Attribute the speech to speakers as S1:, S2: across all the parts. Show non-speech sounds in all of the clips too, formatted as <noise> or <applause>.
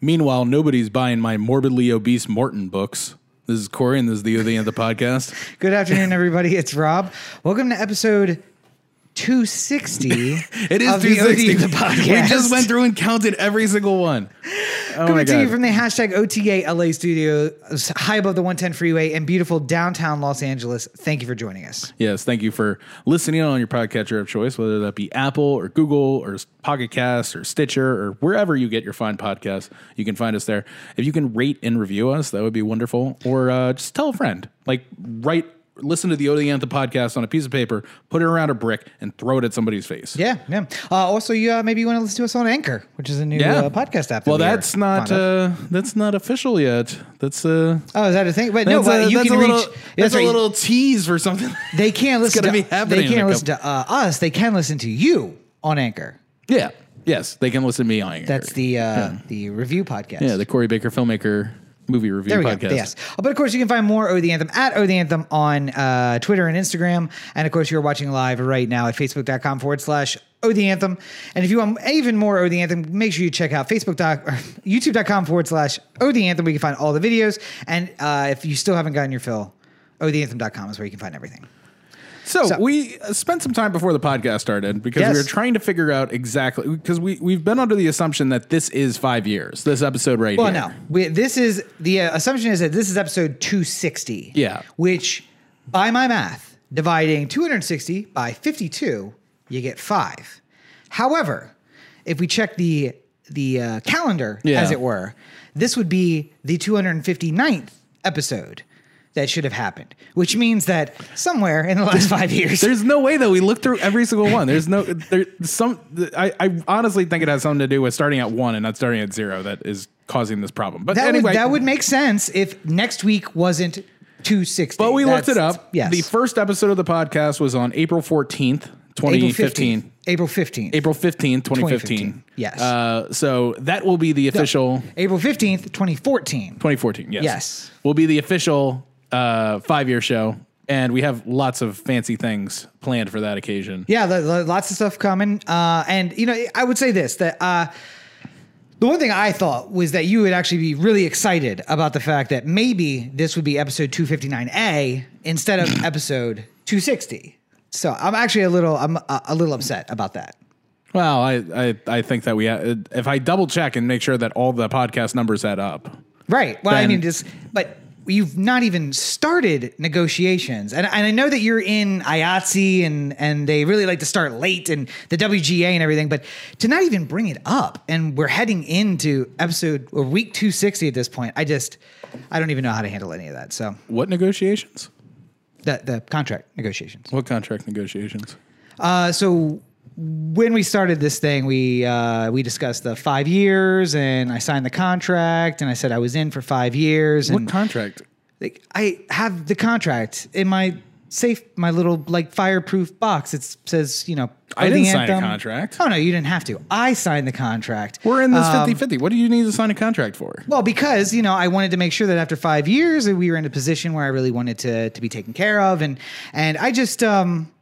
S1: Meanwhile, nobody's buying my morbidly obese Morton books. This is Corey, and this is the other end of the podcast.
S2: <laughs> Good afternoon, everybody. It's Rob. Welcome to episode 260.
S1: <laughs> It is
S2: of
S1: 260.
S2: the OT, the
S1: <laughs>
S2: podcast.
S1: We just went through and counted every single one. Oh my
S2: Coming to you
S1: god!
S2: from the hashtag OTA LA studios, high above the 110 freeway and beautiful downtown Los Angeles. Thank you for joining us.
S1: yes, thank you for listening on your podcatcher of choice, whether that be Apple or Google or Pocket Cast or Stitcher or wherever you get your fine podcasts. You can find us there. If you can rate and review us, that would be wonderful. Or uh, just tell a friend. Like write, listen to the Odiantha podcast on a piece of paper, put it around a brick, and throw it at somebody's face.
S2: Yeah, yeah. Uh, also, you uh, maybe you want to listen to us on Anchor, which is a new uh, podcast app. that
S1: Well,
S2: we are
S1: that's not
S2: fond of.
S1: uh, that's not official yet. That's uh,
S2: oh, is that a thing? But no,
S1: that's
S2: but
S1: a,
S2: you
S1: that's
S2: can
S1: a
S2: reach.
S1: little that's
S2: right.
S1: a little tease for something. <laughs>
S2: They can't listen.
S1: gonna
S2: to,
S1: be happening
S2: They
S1: in a
S2: can't listen to uh, us. They can listen to you on Anchor.
S1: yeah, yes, they can listen to me on here.
S2: That's the uh, the review podcast.
S1: yeah the Corey Baker filmmaker movie review
S2: There we
S1: podcast.
S2: go. Yes. Uh, But of course, you can find more O the Anthem at O the Anthem on uh, Twitter and Instagram. And of course, you're watching live right now at facebook.com forward slash O the Anthem. And if you want even more O the Anthem, make sure you check out Facebook dot or <laughs> youtube.com forward slash O the Anthem. We can find all the videos. And uh, if you still haven't gotten your fill, OTheAnthem.com is where you can find everything.
S1: So,
S2: So-
S1: we uh, spent some time before the podcast started because
S2: Yes.
S1: we were trying to figure out exactly because we we've been under the assumption that this is five years. This episode right
S2: Well,
S1: here.
S2: no. We, this is the uh, assumption is that this is episode 260.
S1: Yeah.
S2: Which, by my math, dividing 260 by 52, you get five. However, if we check the the uh, calendar,
S1: Yeah.
S2: as it were, this would be the 259th episode that should have happened, which means that somewhere in
S1: <laughs>
S2: the last five years,
S1: There's no way though. We looked through every single one. There's no there some. I, I honestly think it has something to do with starting at one and not starting at zero that is causing this problem. But
S2: that,
S1: anyway,
S2: would, that would make sense if next week wasn't 260.
S1: But we looked it
S2: That's-
S1: up.
S2: Yes.
S1: The first episode of the podcast was on April 14th, 2015.
S2: April 15th.
S1: April 15th, 2015.
S2: 2015, yes.
S1: Uh, so that will be the official
S2: April 15th, 2014.
S1: 2014. Yes.
S2: Yes.
S1: Will be the official uh, five year show. And we have lots of fancy things planned for that occasion.
S2: Yeah, lo- lo- lots of stuff coming. Uh, and, you know, I would say this that uh, the one thing I thought was that you would actually be really excited about the fact that maybe this would be episode 259A instead of episode 260. So I'm actually a little I'm uh, a little upset about that.
S1: Well, I, I, I think that we, ha- if I double check and make sure that all the podcast numbers add up.
S2: Right. Well, I
S1: Then-
S2: mean, just but you've not even started negotiations, and and I know that you're in IATSE E and and they really like to start late and the WGA and everything, but to not even bring it up, and we're heading into episode or week 260 at this point. I just I don't even know how to handle any of that. So
S1: What negotiations?
S2: the the contract negotiations.
S1: What contract negotiations?
S2: Uh, so when we started this thing, we uh, we discussed the five years, and I signed the contract, and I said I was in for five years, and
S1: What contract?
S2: like I have the contract in my safe, my little like fireproof box. It says, you know,
S1: I
S2: "Oh, the
S1: didn't sign a
S2: anthem."
S1: contract.
S2: Oh no, you didn't have to. I signed the contract.
S1: We're in this
S2: Um,
S1: 50 50. What do you need to sign a contract for?
S2: Well, because you know, I wanted to make sure that after five years, that we were in a position where I really wanted to to be taken care of, and and I just um,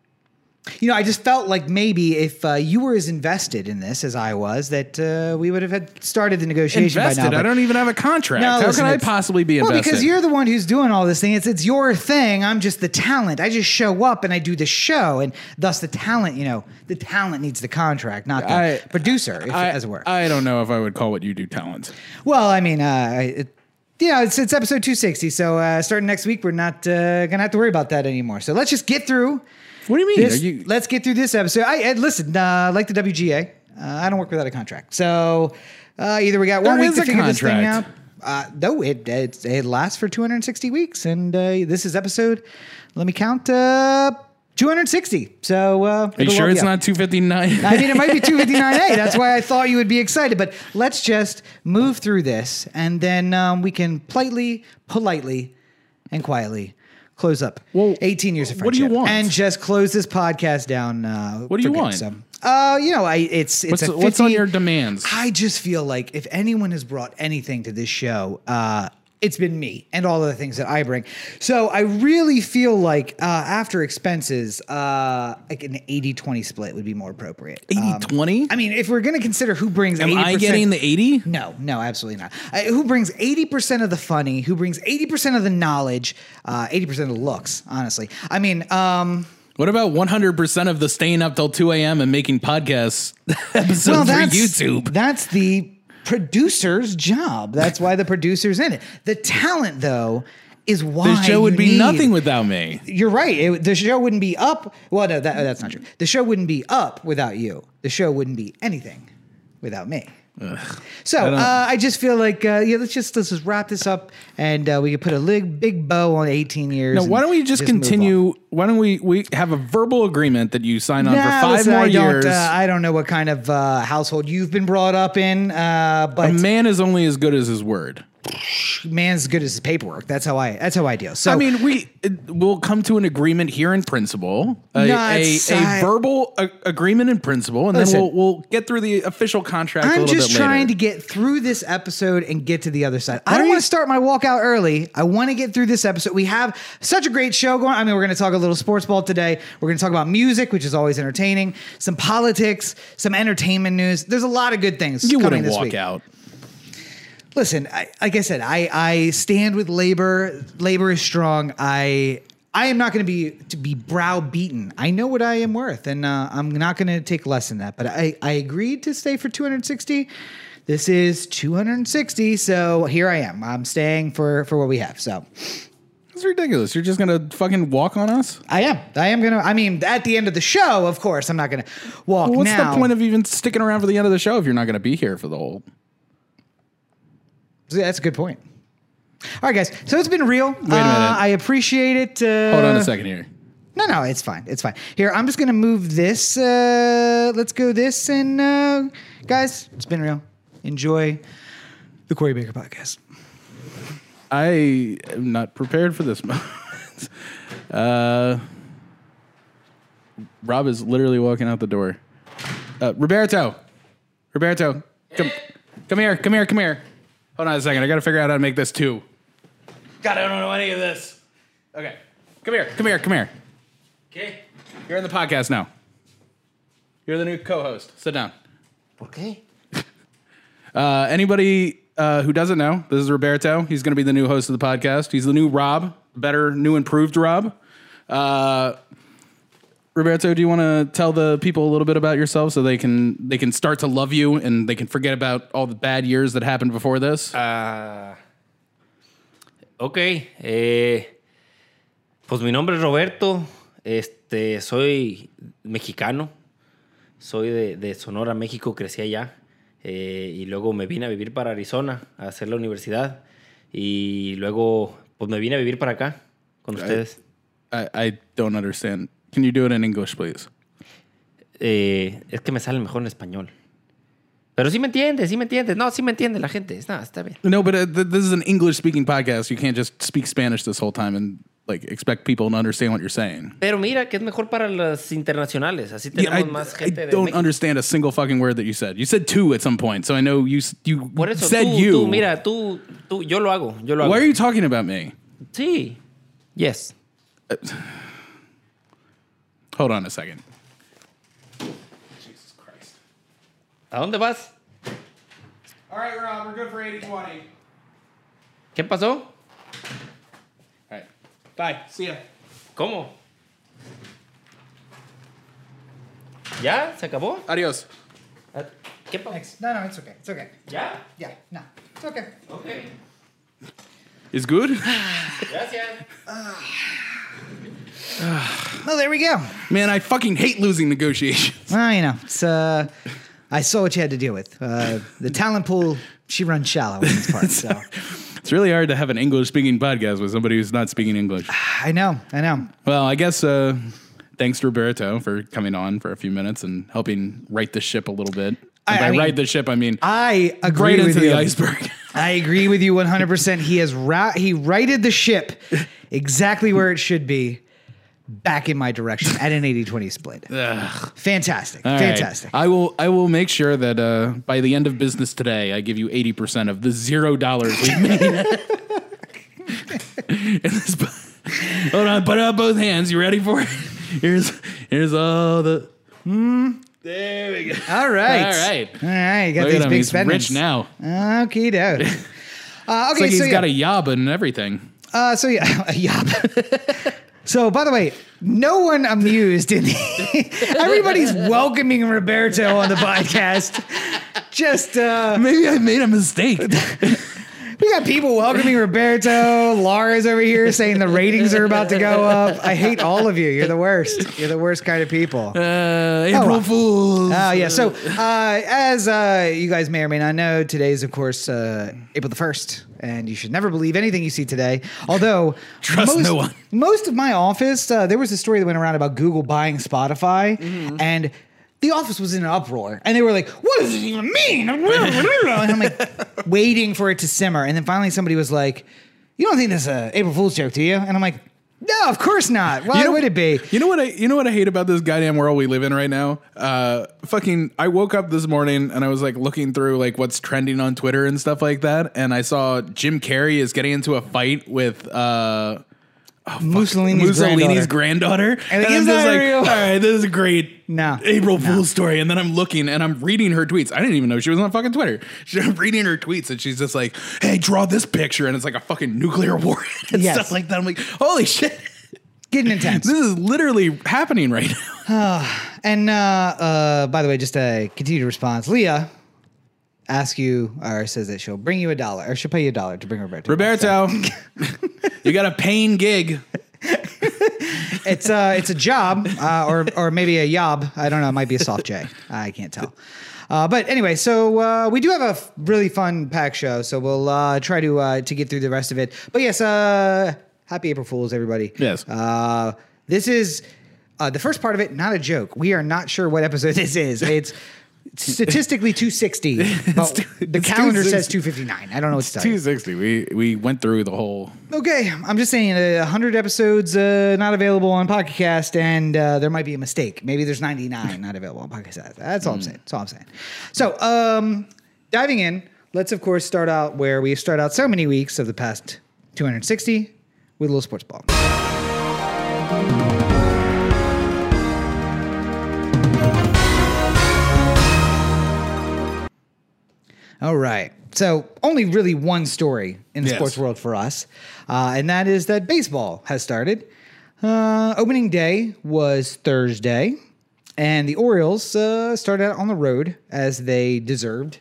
S2: you know, I just felt like maybe if uh, you were as invested in this as I was, that uh, we would have had started the negotiation by now.
S1: invested.
S2: but-
S1: I don't even have a contract.
S2: No,
S1: How
S2: listen,
S1: can I
S2: it's-
S1: possibly be invested?
S2: Well, because you're the one who's doing all this thing. It's it's your thing. I'm just the talent. I just show up and I do the show, and thus the talent. You know, the talent needs the contract, not the
S1: I-
S2: producer, if,
S1: I,
S2: as it were.
S1: I don't know if I would call what you do talent.
S2: well, I mean, uh, it, yeah, it's it's episode 260. So uh, starting next week, we're not uh, gonna have to worry about that anymore. So let's just get through.
S1: What do you mean?
S2: This,
S1: Are you-
S2: let's get through this episode. I, I listen, uh, like the WGA, uh, I don't work without a contract. So uh, either we got one
S1: There
S2: week
S1: is
S2: to
S1: a
S2: figure this thing out.
S1: contract.
S2: Uh, no, it, it it lasts for 260 weeks, and uh, this is episode. Let me count uh, 260. So uh,
S1: are you
S2: it'll
S1: sure
S2: all be
S1: it's
S2: up.
S1: not 259?
S2: I mean, it might be 259A. That's why I thought you would be excited. But let's just move through this, and then um, we can politely, politely, and quietly close up
S1: Well,
S2: 18 years of friendship.
S1: what do you want?
S2: And just close this podcast down. Uh,
S1: What do you
S2: for good.
S1: want?
S2: So, uh, you know, I it's
S1: <laughs>
S2: it's
S1: what's,
S2: a 50,
S1: what's on your demands?
S2: I just feel like if anyone has brought anything to this show, uh, it's been me and all of the things that I bring. So I really feel like uh, after expenses, uh, like an 80 20 split would be more appropriate.
S1: 80
S2: Um,
S1: 20?
S2: I mean, if we're going to consider who brings
S1: Am
S2: 80%.
S1: I getting the 80?
S2: No, no, absolutely not. Uh, who brings 80% of the funny, who brings 80% of the knowledge, uh, 80% of the looks, honestly. I mean,
S1: <laughs>
S2: um,
S1: What about 100% of the staying up till 2 a.m. and making podcasts <laughs> episodes
S2: well,
S1: for
S2: that's,
S1: YouTube?
S2: that's the producer's job. That's why the producer's in it. The talent, though, is why
S1: The show would
S2: you
S1: be
S2: need-
S1: nothing without me.
S2: You're right. It, the show wouldn't be up. Well, no, that, that's not true. The show wouldn't be up without you. The show wouldn't be anything without me. So
S1: don't-
S2: uh, I just feel like uh, yeah, let's just let's just wrap this up, and uh, we could put a lig, big bow on 18 years.
S1: No, why
S2: and
S1: don't we just,
S2: move on.
S1: continue? Why don't we we have a verbal agreement that you sign on
S2: Nah,
S1: for five
S2: listen,
S1: more
S2: I don't,
S1: years?
S2: Uh, I don't know what kind of uh, household you've been brought up in, uh, but
S1: a man is only as good as his word.
S2: man's good as his paperwork. That's how I. That's how I deal. So
S1: I mean, we it- we'll come to an agreement here in principle, a,
S2: No,
S1: a,
S2: it's-
S1: a
S2: I-
S1: verbal a- agreement in principle, and
S2: Listen.
S1: then we'll we'll get through the official contract. a
S2: I'm
S1: little
S2: just
S1: bit later.
S2: trying to get through this episode and get to the other side. I
S1: Why
S2: don't
S1: are
S2: want
S1: you-
S2: to start my walkout early. I want to get through this episode. We have such a great show going. I mean, we're going to talk a little sports ball today. We're going to talk about music, which is always entertaining. Some politics, some entertainment news. There's a lot of good things.
S1: You
S2: coming
S1: wouldn't
S2: this
S1: walk
S2: week.
S1: out.
S2: Listen, I, like I said, I, I stand with labor. Labor is strong. I I am not going to be to be browbeaten. I know what I am worth, and uh, I'm not going to take less than that. But I I agreed to stay for 260. This is 260, so here I am. I'm staying for for what we have. So
S1: It's ridiculous. You're just gonna fucking walk on us.
S2: I am. I am gonna. I mean, at the end of the show, of course, I'm not gonna walk.
S1: What's
S2: now.
S1: the point of even sticking around for the end of the show if you're not gonna be here for the whole?
S2: Yeah, That's a good point. All right, guys. So it's been real. Wait a
S1: minute.
S2: I appreciate it. Uh,
S1: Hold on a second here.
S2: No, no, it's fine. It's fine. Here, I'm just gonna move this. Uh, let's go this and uh, guys, it's been real. Enjoy the Corey Baker podcast.
S1: I am not prepared for this <laughs> moment. uh, Rob is literally walking out the door. Uh, Roberto, Roberto, come, come here, come here, come here. Hold on a second. I got to figure out how to make this two. God, I don't know any of this. Okay, come here, come here, come here.
S3: Okay.
S1: You're in the podcast now. You're the new co-host. Sit down.
S3: Okay.
S1: Uh, anybody uh, who doesn't know, this is Roberto. He's going to be the new host of the podcast. He's the new Rob, better, new, improved Rob. Uh, Roberto, do you want to tell the people a little bit about yourself so they can they can start to love you and they can forget about all the bad years that happened before this?
S3: Ah, Ok. eh, pues mi nombre es Roberto. Este, soy mexicano. Soy de, de Sonora, México. Crecí allá. eh, y luego me vine a vivir para Arizona a hacer la universidad. Y luego, pues me vine a vivir para acá con ustedes.
S1: I, I don't understand. Can you do it in English, please?
S3: Eh, es que me sale mejor en español. Pero sí me entiendes, sí me entiendes. No, sí me entiende la gente. Está, está bien.
S1: No, but uh, th- this is an English speaking podcast. You can't just speak Spanish this whole time and like expect people to understand what you're saying.
S3: Pero mira que es mejor para las internacionales. Así
S1: Yeah,
S3: tenemos más gente
S1: I
S3: de
S1: don't
S3: México.
S1: understand a single fucking word that you said. You said two at some point, so I know you s- you
S3: Por eso
S1: said
S3: tú,
S1: you.
S3: tú, mira, tú, tú, yo lo hago, yo lo hago.
S1: Why are you talking about me? <sighs>
S3: Sí. Yes.
S1: Hold on a second. Jesus Christ.
S3: ¿A dónde vas?
S1: All right, Rob, we're good for 80 20. All
S3: ¿Qué pasó?
S1: right. Bye. See ya.
S3: ¿Cómo? ¿Ya? ¿Se acabó?
S1: Adios.
S3: Ah, ¿Qué pasó?
S2: Thanks. No, no, it's okay. It's okay.
S3: ¿Ya?
S2: Yeah, no, it's okay.
S3: Ok.
S1: Is
S3: <sighs>
S1: good?
S3: Gracias.
S2: Well, there we go.
S1: Man, I fucking hate losing negotiations.
S2: Well, you know, it's uh, I saw what you had to deal with. Uh, the talent pool, she runs shallow in this part. <laughs> So
S1: <laughs> It's really hard to have an English speaking podcast with somebody who's not speaking
S3: <sighs>
S1: English.
S2: I know, I know.
S1: Well, I guess uh, thanks to Roberto for coming on for a few minutes and helping right the ship a little bit.
S2: I-
S1: And by
S2: I mean-
S1: right the ship, I mean
S2: I agree
S1: right
S2: with
S1: into the
S2: you.
S3: <laughs>
S1: iceberg.
S2: I agree with you 100%. He has ra- he righted the ship exactly where it should be back in my direction at an 80-20 split. Fantastic.
S1: All right. Uh,
S2: Fantastic.
S1: I will. I will make sure that uh, by the end of business today, I give you eighty percent of the zero dollars we made. <laughs> in this. po- Hold on, put out both hands. You ready for it? Here's here's all the. There we go.
S2: All right.
S1: All right.
S2: All right. You got
S1: Look
S2: these
S1: at him.
S2: big
S1: He's rich
S2: spendings.
S1: now. <laughs>
S2: Okay, doke. Uh,
S1: It's
S2: okay,
S1: like he's
S2: so yeah.
S1: got a yob and everything.
S2: Uh, so yeah, <laughs> yup. so by the way, no one amused in the, <laughs> everybody's welcoming Roberto on the podcast. Just uh,
S1: Maybe I made a mistake.
S2: we got people welcoming Roberto. Laura's over here saying the ratings are about to go up. I hate all of you. You're the worst. You're the worst kind of people.
S1: <laughs> Uh, April
S2: wow.
S1: Fools.
S2: Oh
S1: <laughs>
S2: yeah. So uh, as uh, you guys may or may not know, today is of course uh, April the first, and you should never believe anything you see today. Although
S1: <laughs> Trust
S2: most,
S1: no one.
S2: Most of my office, uh, there was a story that went around about Google buying Spotify,
S1: Mm-hmm.
S2: and. The office was in an uproar, and they were like, "What does this even
S1: <laughs>
S2: mean?" and I'm like, waiting for it to simmer, and then finally somebody was like, "You don't think this is a April Fool's joke, do you?" And I'm like, "No, of course not. Why
S1: know-
S2: would it be?"
S1: You know what I you know what I hate about this goddamn world we live in right now? Uh fucking I woke up this morning and I was like looking through like what's trending on Twitter and stuff like that and I saw Jim Carrey is getting into a fight with uh
S2: Mussolini's,
S1: Mussolini's
S2: granddaughter.
S1: granddaughter. And,
S2: And like,
S1: I'm
S2: "Is
S1: just
S2: that
S1: like,
S2: real?"
S1: all right, this is a great
S2: No.
S1: April Fool's story. And then I'm looking and I'm reading her tweets. I didn't even know she was on fucking Twitter. <laughs> I'm reading her tweets and she's just like, hey, draw this picture. And it's like a fucking nuclear war <laughs> and
S2: Yes.
S1: stuff like that. I'm like, holy shit.
S2: Getting
S1: <laughs>
S2: intense.
S1: This is literally happening right now.
S2: And uh, uh, by the way, just a continued response. Leah asks you, or says that she'll bring you a dollar, or she'll pay you a dollar to bring Roberto.
S1: Roberto, you got a paying gig.
S2: It's a it's a job, uh, or or maybe a yob. I don't know. It might be a soft J. I can't tell. Uh, but anyway, so uh, we do have a f- really fun pack show, so we'll uh, try to uh, to get through the rest of it. But yes, uh, happy April Fools, everybody.
S1: Yes.
S2: Uh, this is uh, the first part of it. Not a joke. We are not sure what episode this is.
S1: <laughs>
S2: It's statistically 260, but
S1: two-
S2: the
S1: it's 260.
S2: calendar says 259. I don't know what to tell you.
S1: 260. We we went through the whole
S2: Okay, I'm just saying, uh, 100 episodes uh, not available on Pocket Cast, and uh, there might be a mistake. Maybe there's 99 not available on Pocket Cast. That's all I'm saying. That's all I'm saying. So, um, diving in, let's of course start out where we start out so many weeks of the past 260 with a little sports ball. All right. So, only really one story in the
S1: Yes.
S2: sports world for us, uh, and that is that baseball has started. Uh, opening day was Thursday, and the Orioles uh, started out on the road as they deserved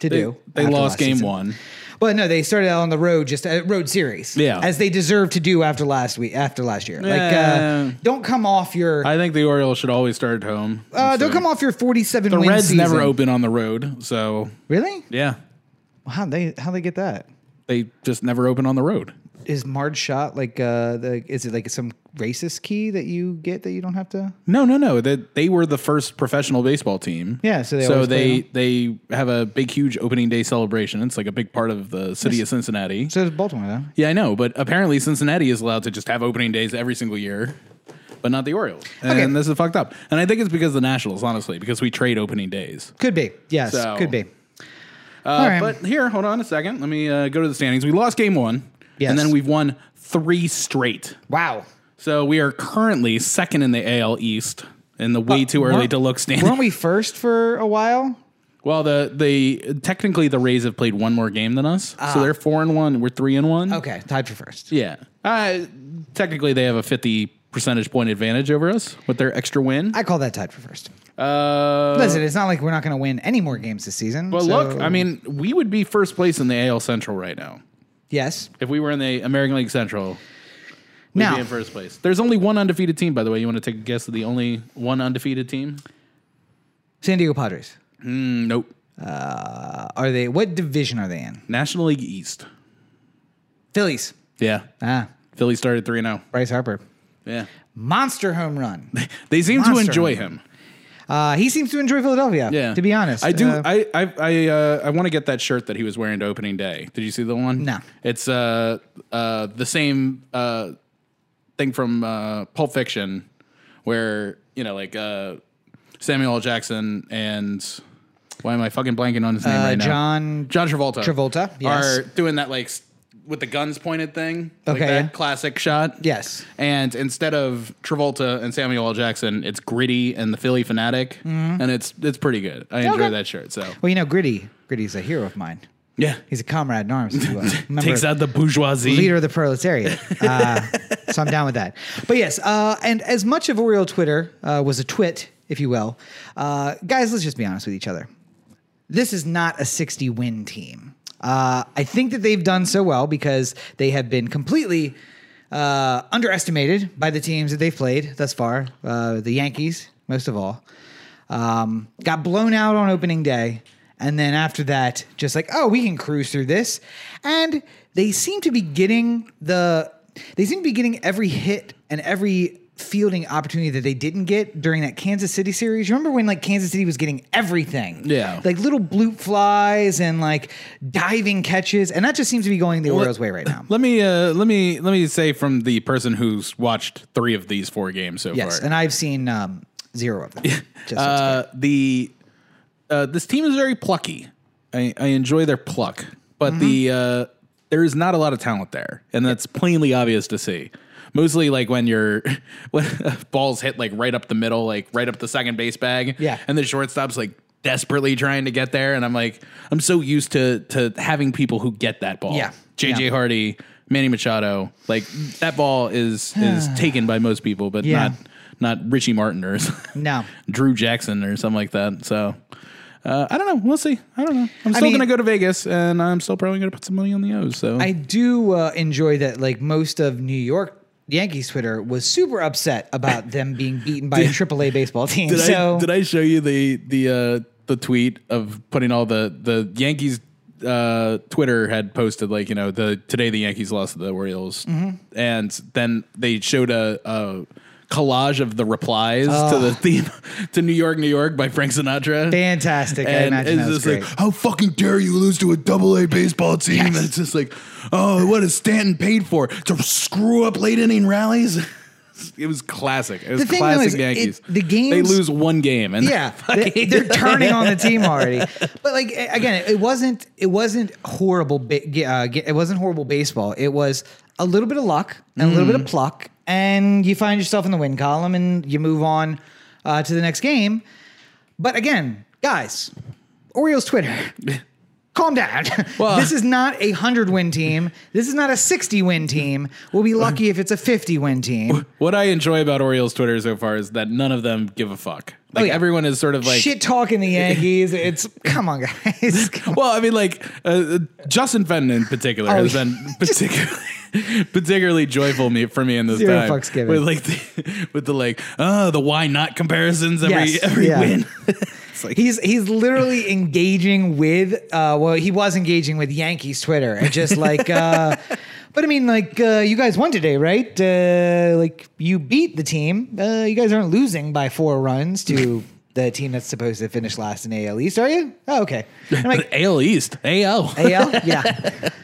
S2: to
S1: they,
S2: do.
S1: they
S2: after
S1: lost
S2: last
S1: game
S2: season.
S1: one.
S2: Well, no, they started out on the road, just a road series,
S1: Yeah.
S2: as they deserve to do after last week, after last year.
S1: Yeah.
S2: Like, uh, don't come off your,
S1: I think the Orioles should always start at home.
S2: uh, don't come off your forty-seven.
S1: The
S2: win
S1: Reds
S2: season.
S1: never open on the road, so
S2: Really?
S1: yeah,
S2: How they how they get that?
S1: they just never open on the road.
S2: Is Marge shot like uh the is it like some racist key that you get that you don't have to?
S1: No, no, no. They, they were the first professional baseball team.
S2: Yeah, so they
S1: so
S2: always play
S1: they they have a big, huge opening day celebration. It's like a big part of the city of Cincinnati.
S2: So it's Baltimore though.
S1: Yeah, I know, but apparently Cincinnati is allowed to just have opening days every single year, but not the Orioles. And
S2: Okay.
S1: this is fucked up. And I think it's because of the Nationals, honestly, because we trade opening days.
S2: Could be. Yes,
S1: So-
S2: could be.
S1: Uh,
S2: All right.
S1: But here, hold on a second. Let me uh, go to the standings. We lost game one,
S2: Yes.
S1: and then we've won three straight.
S2: Wow.
S1: So we are currently second in the AL East in the
S2: Uh,
S1: way too early
S2: weren't-
S1: to look <laughs> standing.
S2: Weren't we first for a while?
S1: Well, the the technically the Rays have played one more game than us, so they're four and one. We're three and one.
S2: Ah. Okay, tied for first.
S1: Yeah. Uh, technically, they have a fifty percentage point advantage over us with their extra win.
S2: I call that tied for first.
S1: Uh,
S2: Listen, it's not like we're not going to win any more games this season.
S1: but
S2: so-
S1: look, I mean, we would be first place in the AL Central right now
S2: yes.
S1: if we were in the American League Central. We'd
S2: Now,
S1: be in first place. There's only one undefeated team, by the way. You want to take a guess at the only one undefeated team?
S2: San Diego Padres.
S1: Mm, Nope.
S2: Uh, are they? What division are they in?
S1: National League East.
S2: Phillies.
S1: Yeah.
S2: Ah,
S1: Philly started three and oh. zero.
S2: Bryce Harper.
S1: Yeah.
S2: Monster
S1: <laughs>
S2: home run.
S1: They seem to
S2: Monster.
S1: enjoy him.
S2: Uh, he seems to enjoy Philadelphia.
S1: Yeah,
S2: To be honest,
S1: I do.
S2: Uh,
S1: I I I, uh, I want to get that shirt that he was wearing to opening day. Did you see the one?
S2: No.
S1: It's uh uh the same uh thing from uh, Pulp Fiction, where you know like uh Samuel L. Jackson and why am I fucking blanking on his name
S2: Uh,
S1: right now?
S2: John-
S1: John Travolta.
S2: Travolta, yes.
S1: are doing that like s- with the guns pointed thing.
S2: Okay,
S1: Like that
S2: yeah.
S1: classic shot.
S2: Yes.
S1: And instead of Travolta and Samuel L. Jackson, it's Gritty and the Philly Fanatic. And it's it's pretty good. I enjoy
S2: Mm-hmm. Okay.
S1: that shirt. So
S2: Well, you know, Gritty. Gritty's a hero of mine.
S1: yeah.
S2: He's a comrade in
S1: <laughs>
S2: arms. if you will. Remember-
S1: Takes out the bourgeoisie.
S2: leader of the proletariat. Uh, so I'm down with that. But yes, uh, and as much of Oriole Twitter uh, was a twit, if you will, uh, guys, let's just be honest with each other. This is not a 60 win team. Uh, I think that they've done so well because they have been completely uh, underestimated by the teams that they've played thus far, uh, the Yankees, most of all. Um, got blown out on opening day. And then after that, just like, oh, we can cruise through this. And they seem to be getting the they seem to be getting every hit and every fielding opportunity that they didn't get during that Kansas City series. You Remember when like Kansas City was getting everything?
S1: Yeah.
S2: Like little bloop flies and like diving catches. And that just seems to be going the Orioles way right now.
S1: Let me uh, let me let me say from the person who's watched three of these four games so
S2: Yes.
S1: far.
S2: And I've seen um, zero of them. Just so it's
S1: uh, the uh, this team is very plucky. I, I enjoy their pluck, but the
S2: Mm-hmm.
S1: uh, there is not a lot of talent there, and that's plainly obvious to see. Mostly like when your <laughs> when balls hit like right up the middle, like right up the second base bag,
S2: Yeah.
S1: and the shortstop's like desperately trying to get there, and I'm like, I'm so used to to having people who get that ball.
S2: Yeah.
S1: JJ
S2: Yeah.
S1: Hardy, Manny Machado, like that ball is
S2: <sighs>
S1: is taken by most people, but
S2: Yeah.
S1: not not Richie Martin or <laughs> something.
S2: No.
S1: Drew Jackson or something like that. So uh, I don't know. We'll see. I don't know. I'm still
S2: mean-
S1: going to go to Vegas, and I'm still probably going to put some money on the O's. So
S2: I do uh, enjoy that, like most of New York Yankees Twitter was super upset about them being
S1: <laughs>
S2: beaten by a AAA baseball team.
S1: did
S2: so
S1: I did I show you the the uh, the tweet of putting all the the Yankees uh, Twitter had posted like you know the today the Yankees lost to the Orioles,
S2: Mm-hmm.
S1: and then they showed a. a collage of the replies to
S2: Oh.
S1: the theme <laughs> to New York, New York by Frank Sinatra.
S2: fantastic! I
S1: and
S2: imagine
S1: it's
S2: that was
S1: just
S2: great.
S1: like, how fucking dare you lose to a double A baseball team? And it's just like, oh, what is Stanton paid for to screw up late inning rallies? <laughs> It was classic. It was
S2: The thing, though,
S1: classic
S2: is it-
S1: Yankees.
S2: the games-
S1: they lose one game, and
S2: <laughs> yeah, they, they're turning on the team
S1: <laughs>
S2: already. But like a- again, it wasn't it wasn't horrible. Ba- ge- uh, ge- it wasn't horrible baseball. It was a little bit of luck and a little bit of
S1: Mm.
S2: pluck, and you find yourself in the win column and you move on uh, to the next game. But again, guys,
S1: <laughs>
S2: Orioles Twitter. Calm down. <laughs>
S1: Well-
S2: this is not a 100 win team. This is not a 60 win team. We'll be lucky if it's a 50 win team.
S1: <laughs> what I enjoy about Orioles Twitter so far is that none of them give a fuck. Like
S2: Oh, yeah.
S1: everyone is sort of like
S2: Shit talking
S1: <laughs>
S2: the Yankees. It's come on, guys. Come
S1: Well, I mean, like uh, Justin Fenton in particular has
S2: Oh, yeah.
S1: been <laughs> particularly particularly joyful me for me in this
S2: Zero
S1: time
S2: fucks given.
S1: with like the, with the like oh the why not comparisons every
S2: Yes,
S1: every
S2: yeah.
S1: win.
S2: he's he's
S1: <laughs>
S2: literally engaging with uh well he was engaging with Yankees Twitter and just like
S1: <laughs>
S2: uh but I mean like uh you guys won today right uh like you beat the team uh you guys aren't losing by four runs
S1: <laughs>
S2: to the team that's supposed to finish last in AL East are you oh okay I'm
S1: <laughs>
S2: like
S1: But AL East, AL.
S2: AL, yeah.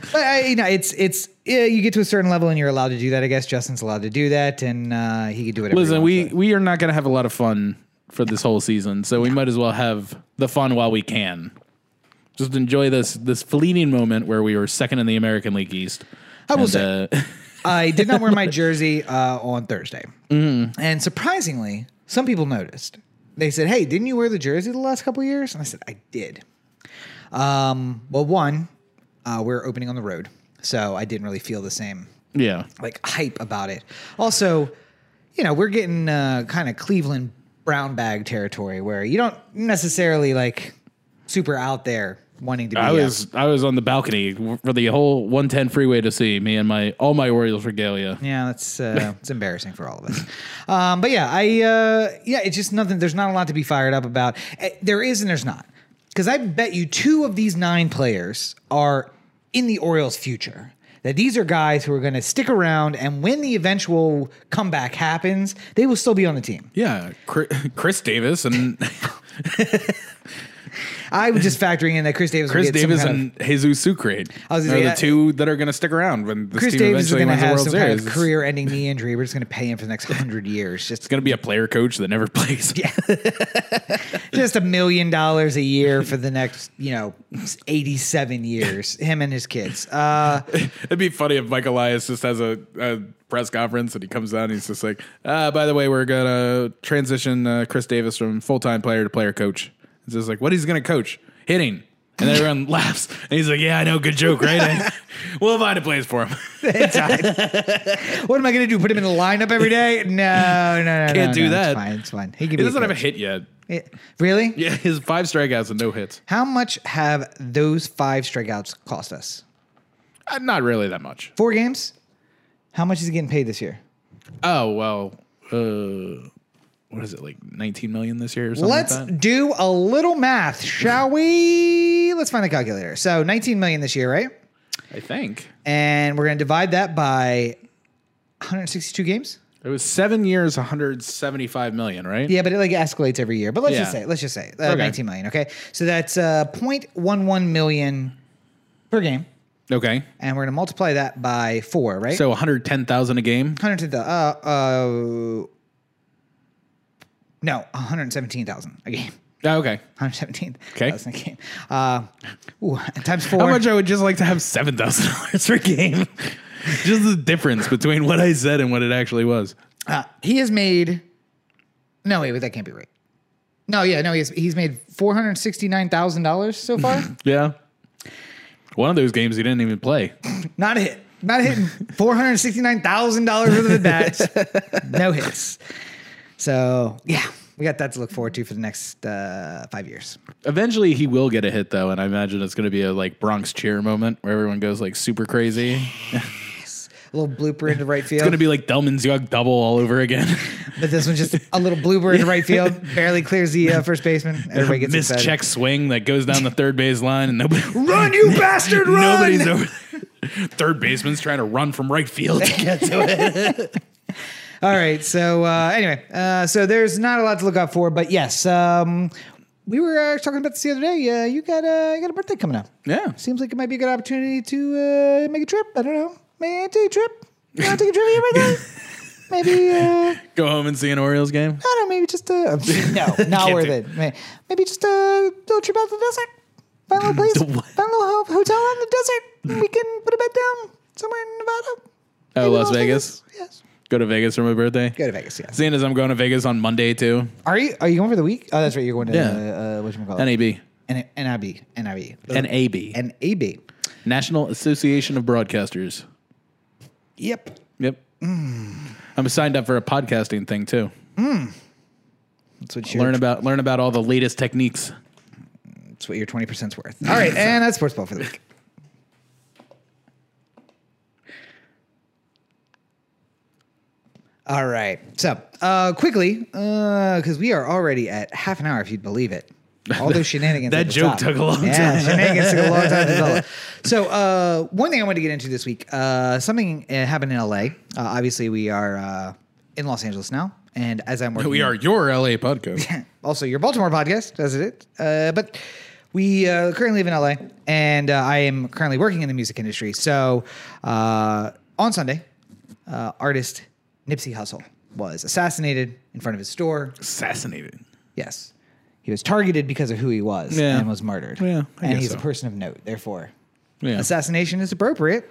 S2: But I, you know, it's it's uh, you get to a certain level and you're allowed to do that. I guess Justin's allowed to do that, and uh, he could do whatever.
S1: <laughs>
S2: he
S1: Listen,
S2: wants
S1: we
S2: with it.
S1: we are not going to have a lot of fun for this whole season, so we might as well have the fun while we can. Just enjoy this this fleeting moment where we were second in the American League East.
S2: I will
S1: And,
S2: say-
S1: uh, <laughs>
S2: I did not wear my jersey uh, on Thursday, and surprisingly, some people noticed. They said, "Hey, didn't you wear the jersey the last couple of years?" And I said, "I did." Um, well, one, uh, we're opening on the road, so I didn't really feel the same
S1: yeah,
S2: like hype about it. Also, you know, we're getting uh, kind of Cleveland brown bag territory where you don't necessarily like super out there wanting to be.
S1: I
S2: uh,
S1: was I was on the balcony for the whole 110 freeway to see me and my all my Orioles regalia.
S2: yeah, that's uh, <laughs> it's embarrassing for all of us. Um, but yeah, I uh, yeah, it's just nothing. There's not a lot to be fired up about. Eh, There is and there's not because I bet you two of these nine players are in the Orioles' future. That these are guys who are going to stick around, and when the eventual comeback happens, they will still be on the team.
S1: Yeah, Chri- <laughs> Chris Davis
S2: <laughs>
S1: and
S2: I
S1: <laughs>
S2: was just factoring in that Chris Davis.
S1: Chris
S2: would get some
S1: Davis
S2: kind of-
S1: and Jesus Sucre
S2: I
S1: are
S2: was gonna say,
S1: the
S2: uh,
S1: two that are going to stick around when this
S2: Chris
S1: team
S2: Davis is
S1: eventually
S2: going
S1: wins
S2: to
S1: the
S2: have
S1: World
S2: some
S1: Series.
S2: kind of
S1: It's-
S2: career-ending knee injury. We're just going to pay him for the next hundred years. Just
S1: <laughs> It's going to be a player coach that never plays. Yeah.
S2: just a million dollars a year for the next, you know, 87 years, him and his kids. Uh,
S1: It'd be funny if Mike Elias just has a, a press conference and he comes out and he's just like, ah, by the way, we're going to transition uh, Chris Davis from full time player to player coach. It's just like, what he's going to coach? Hitting. And then everyone <laughs> laughs. And he's like, yeah, I know. Good joke, <laughs> right? we'll find a place for <laughs> him.
S2: what am I going to do? Put him in the lineup
S1: <laughs>
S2: every day? No, no, no.
S1: Can't
S2: no,
S1: do
S2: no,
S1: that.
S2: It's fine. It's fine. He, can
S1: He
S2: be
S1: doesn't have a
S2: coach.
S1: hit yet.
S2: Eh, Really?
S1: Yeah, his five strikeouts and no hits.
S2: How much have those five strikeouts cost us?
S1: Uh, not really that much.
S2: Four games? How much is he getting paid this year?
S1: Oh, well, uh, what is it, like 19 million this year or something?
S2: Let's
S1: like that?
S2: do a little math, shall we? Let's find a calculator. So 19 million this year, right?
S1: I think.
S2: And we're going to divide that by 162 games.
S1: It was seven years, 175 million, right?
S2: Yeah, but it like escalates every year. But let's just
S1: Yeah.
S2: say, let's just say uh,
S1: Okay.
S2: 19 million. Okay, so that's uh, 0.11 million per game,
S1: Okay.
S2: and we're going to multiply that by four, right?
S1: So 110,000 a game.
S2: 110,000. Uh, uh, no, 117,000 a game. <laughs>
S1: Oh, okay.
S2: 117.
S1: Okay.
S2: a game. Uh, ooh, <laughs> times four.
S1: How much I would just like to have seven thousand dollars <laughs> per game. just the difference between what I said and what it actually was.
S2: Uh, he has made. No, wait, wait, that can't be right. No, yeah, no, he's he's made four hundred sixty nine thousand dollars so far.
S1: <laughs> Yeah. One of those games he didn't even play.
S2: Not a hit. Not hitting four hundred sixty nine thousand dollars worth of at
S1: <laughs>
S2: bats. no hits. So yeah, we got that to look forward to for the next uh, five years.
S1: Eventually he will get a hit though, and I imagine it's gonna be a like Bronx cheer moment where everyone goes like super crazy. It's
S2: A little blooper into right field,
S1: gonna be like Delman's Yug double all over again.
S2: but this one's just a little blooper into
S1: <laughs>
S2: right field. Barely clears the uh, first baseman. Everybody gets
S1: Miss
S2: excited.
S1: check swing that goes down the third base line and nobody
S2: <laughs> Run, you bastard! Run!
S1: <laughs> nobody's
S2: <laughs>
S1: over there. <laughs> Third baseman's trying to run from right field to get to it.
S2: <laughs> All right. So uh, anyway, uh, so there's not a lot to look out for, but yes, um, we were uh, talking about this the other day. Uh, you got uh, you got a birthday coming up.
S1: Yeah.
S2: Seems like it might be a good opportunity to uh, make a trip. I don't know. Maybe take a trip. You want to take a trip here
S1: <laughs>
S2: birthday? Maybe uh,
S1: Go home and see an Orioles game.
S2: I don't know. Maybe just uh,
S1: <laughs>
S2: no, not
S1: Can't
S2: worth
S1: do-
S2: it. May- Maybe just a little trip out to the desert. Find a little place.
S1: <laughs> The
S2: Find a
S1: what?
S2: little ho- hotel on the desert. We can put a bed down somewhere in Nevada.
S1: Oh,
S2: Maybe
S1: Las Vegas.
S2: Yes.
S1: Go to Vegas for my birthday.
S2: Go to Vegas. Yes.
S1: Seeing as I'm going to Vegas on Monday too.
S2: Are you are you going for the week? Oh, that's right. You're going to
S1: Yeah.
S2: uh, uh, what you call it?
S1: NAB.
S2: N- NIB NIB
S1: NAB.
S2: NAB.
S1: National Association of Broadcasters.
S2: Yep.
S1: Yep. I'm signed up for a podcasting thing too.
S2: That's what your
S1: Learn about learn about all the latest techniques.
S2: that's what your twenty percent's worth. All right, and that's sports ball for the week. All right. So uh, quickly, because we are already at half an hour, if you'd believe it. All
S1: <laughs>
S2: those shenanigans.
S1: That
S2: at the
S1: joke
S2: top.
S1: took a long
S2: yeah, time. shenanigans took a long
S1: <laughs>
S2: time to develop. So uh, one thing I wanted to get into this week, uh, something uh, happened in LA. Uh, obviously, we are uh, in Los Angeles now, and as I'm working,
S1: We are your LA
S2: <laughs>
S1: podcast.
S2: also your Baltimore podcast, does it? Uh, but we uh, currently live in LA, and uh, I am currently working in the music industry. So uh, on Sunday, uh, artist Nipsey Hussle was assassinated in front of his store.
S1: Assassinated.
S2: Yes, he was targeted because of who he was
S1: Yeah.
S2: and was murdered.
S1: Yeah, I
S2: and
S1: guess
S2: he's
S1: so.
S2: a person of note. Therefore,
S1: Yeah.
S2: assassination is appropriate.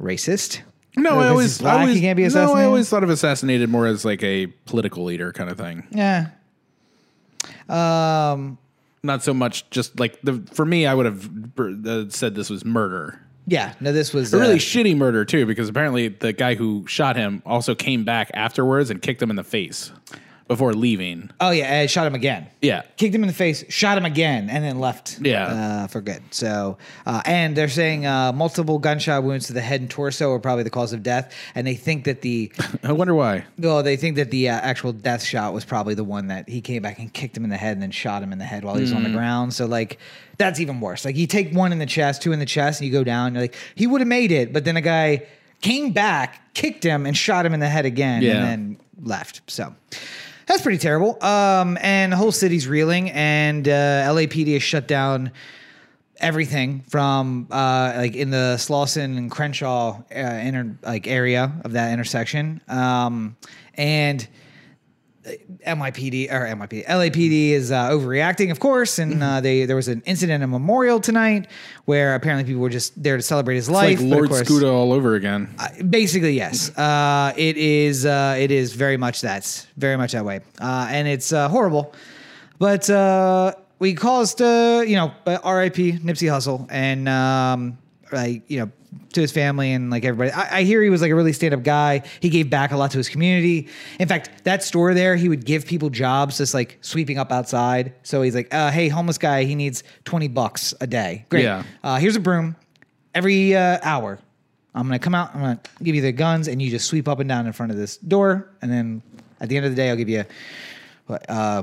S2: Racist.
S1: no,
S2: Because
S1: I
S2: he's
S1: always,
S2: black,
S1: I always
S2: he can't be
S1: no, I
S2: assassinated.
S1: always thought of assassinated more as like a political leader kind of thing.
S2: yeah. Um.
S1: Not so much just like the for me I would have br- uh, said this was murder.
S2: Yeah. No, this was
S1: A really
S2: uh,
S1: shitty murder too, because apparently the guy who shot him also came back afterwards and kicked him in the face before leaving.
S2: Oh yeah, I shot him again.
S1: Yeah.
S2: kicked him in the face, shot him again, and then left.
S1: Yeah.
S2: uh, for good. So, uh, and they're saying uh, multiple gunshot wounds to the head and torso are probably the cause of death, and they think that the
S1: <laughs> I wonder why.
S2: well, they think that the uh, actual death shot was probably the one that he came back and kicked him in the head and then shot him in the head while he was on the ground. So like, that's even worse. Like you take one in the chest, two in the chest, and you go down. you're like, he would have made it, but then a guy came back, kicked him, and shot him in the head again,
S1: Yeah.
S2: and then left. So. That's pretty terrible. Um, and the whole city's reeling, and uh, LAPD has shut down everything from uh, like in the Slauson and Crenshaw uh, inter- like area of that intersection, um, and NYPD or NYPD LAPD is uh, overreacting, of course,
S1: Mm-hmm.
S2: and uh, they there was an incident in Memorial tonight where apparently people were just there to celebrate his
S1: Like
S2: life. but of
S1: Lord
S2: course-
S1: Scooter all over again.
S2: basically yes uh, it is uh, it is very much that very much that way uh, and it's uh, horrible but uh, we caused uh, you know uh, rip nipsey Hussle and um, like you know to his family and like everybody I, I hear he was like a really stand-up guy he gave back a lot to his community in fact that store there he would give people jobs just like sweeping up outside so he's like uh, hey homeless guy he needs 20 bucks a day great
S1: Yeah.
S2: uh, here's a broom every uh, hour i'm gonna come out i'm gonna give you the guns and you just sweep up and down in front of this door and then at the end of the day i'll give you what, uh,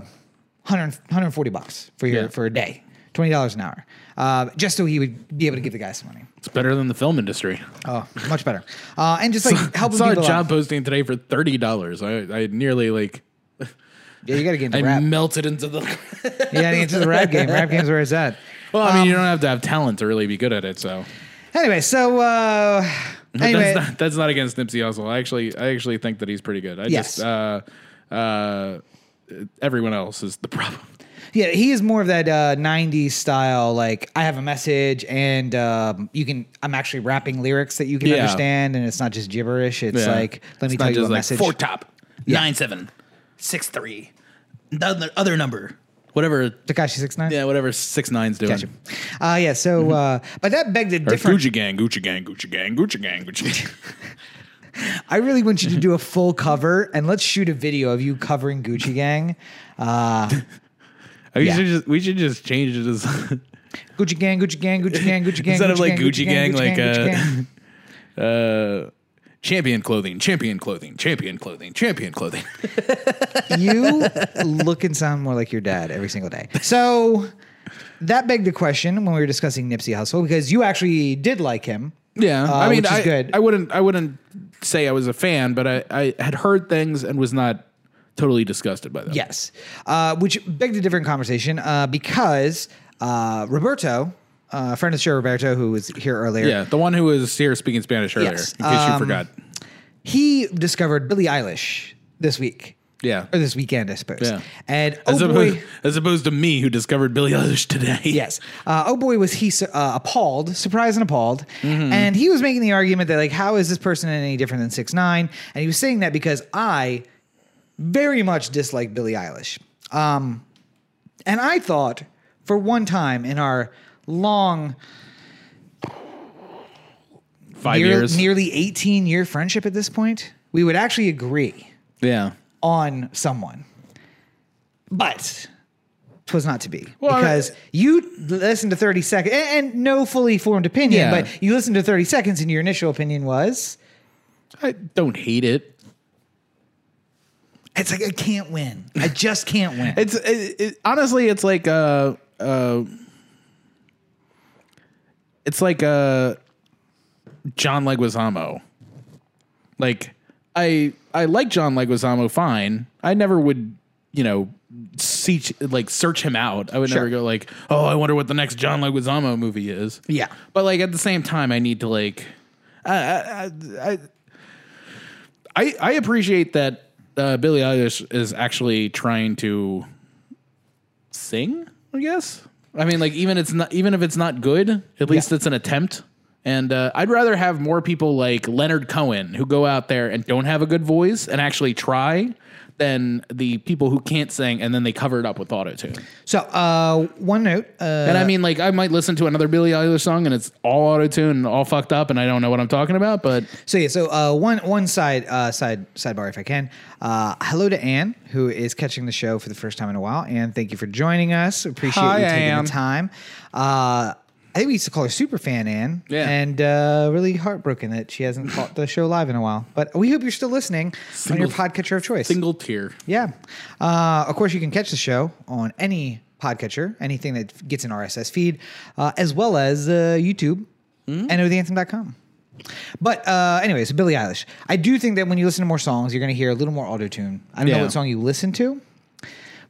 S2: 100, 140 bucks for your
S1: Yeah.
S2: for a day $20 an hour uh, just so he would be able to give the guy some money
S1: It's better than the film industry.
S2: oh much better uh, and just like
S1: I
S2: helping
S1: saw a
S2: people
S1: job
S2: out.
S1: posting today for thirty dollars. I, I nearly like
S2: yeah you gotta get into
S1: I
S2: rap
S1: melted into the. <laughs>
S2: you gotta get into the rap game rap game's where it's at
S1: well, I mean,
S2: Um,
S1: you don't have to have talent to really be good at it. So <laughs>
S2: anyway so uh,
S1: But
S2: anyway
S1: that's not that's not against Nipsey Hussle. I actually I actually think that he's pretty good. I
S2: Yes.
S1: just uh, uh, everyone else is the <laughs> problem.
S2: Yeah, he is more of that uh, '90s style. Like, I have a message, and um, you can. I'm actually rapping lyrics that you can
S1: Yeah.
S2: understand, and it's not just gibberish. It's
S1: Yeah.
S2: like, let
S1: It's
S2: me tell
S1: not
S2: you a
S1: just like
S2: message.
S1: four top.
S4: nine seven six three. The other, other number.
S1: Whatever
S2: Takashi six nine.
S1: yeah, whatever six nine's doing.
S2: Gotcha. Uh, yeah. So, uh, but that begged a
S1: Or
S2: different.
S1: Gucci gang, Gucci gang, Gucci gang, Gucci gang, Gucci
S2: <laughs>
S1: gang.
S2: I really want
S1: Mm-hmm.
S2: you to do a full cover, and let's shoot a video of you covering Gucci Gang. Uh,
S1: we
S2: Yeah.
S1: Oh, should just we should just change it as
S2: Gucci Gang, Gucci Gang, Gucci Gang, Gucci
S1: <laughs>
S2: Gang.
S1: Instead of, like, Gucci Gang,
S2: Gucci
S1: like,
S2: Gucci
S1: uh,
S2: Gang.
S1: <laughs> uh, champion clothing, champion clothing, champion clothing, champion
S2: <laughs>
S1: clothing.
S2: you look and sound more like your dad every single day. So that begged the question when we were discussing Nipsey Hussle because you actually did like him.
S1: Yeah,
S2: Uh,
S1: I mean,
S2: which is
S1: I,
S2: good.
S1: I wouldn't, I wouldn't say I was a fan, but I, I had heard things and was not totally disgusted by them.
S2: Yes, uh, which begged a different conversation uh, because uh, Roberto, uh, friend of the show Roberto, who was here earlier,
S1: yeah, the one who was here speaking Spanish earlier,
S2: Yes,
S1: in case
S2: um,
S1: you forgot.
S2: he discovered Billie Eilish this week
S1: Yeah,
S2: or this weekend, I suppose.
S1: Yeah.
S2: And oh
S1: as,
S2: boy.
S1: opposed, as opposed to me who discovered Billie Eilish today.
S2: Yes. Uh, oh boy, was he su- uh, appalled, surprised and appalled.
S1: Mm-hmm.
S2: And he was making the argument that like, how is this person any different than six nine? And he was saying that because I very much dislike Billie Eilish. Um, and I thought for one time in our long,
S1: <laughs> five
S2: near-
S1: years.
S2: nearly eighteen year friendship at this point, we would actually agree
S1: yeah.
S2: on someone. But it was not to be
S1: Well, I-
S2: because you listened to 30 seconds and, and no fully formed opinion,
S1: Yeah.
S2: but you listened to 30 seconds and your initial opinion was
S1: I don't hate it.
S2: it's like I can't win. I just can't win.
S1: It's <laughs> it, it, honestly, it's like uh uh, it's like uh, John Leguizamo. Like I I like John Leguizamo fine. I never would you know search like search him out. I would
S2: Sure.
S1: never go like oh I wonder what the next John Leguizamo movie is.
S2: Yeah.
S1: but like at the same time I need to like I I I, I, I appreciate that. Uh, Billie Eilish is actually trying to sing, I guess. I mean, like even it's not even if it's not good, at least it's an attempt. And uh, I'd rather have more people like Leonard Cohen who go out there and don't have a good voice and actually try than the people who can't sing and then they cover it up with auto tune.
S2: So, uh, one note, uh,
S1: and I mean, like I might listen to another Billie Eilish song and it's all auto tune and all fucked up and I don't know what I'm talking about, but
S2: so yeah, so uh, one one side uh, side sidebar if I can. Uh, hello to Anne who is catching the show for the first time in a while. Anne, thank you for joining us. Appreciate
S1: Hi,
S2: you taking
S1: Anne.
S2: the time. Uh, I think we used to call her super fan Anne.
S1: Yeah.
S2: And uh, really heartbroken that she hasn't caught the show live in a while. But we hope you're still listening on
S1: Single-
S2: your podcatcher of choice.
S1: single tier.
S2: Yeah. Uh, of course, you can catch the show on any podcatcher, anything that gets an RSS feed, uh, as well as uh, YouTube
S1: Hmm?
S2: and otheanthem.com. But uh, anyway, so Billie Eilish. I do think that when you listen to more songs, you're going to hear a little more auto tune. I don't know
S1: Yeah.
S2: what song you listen to,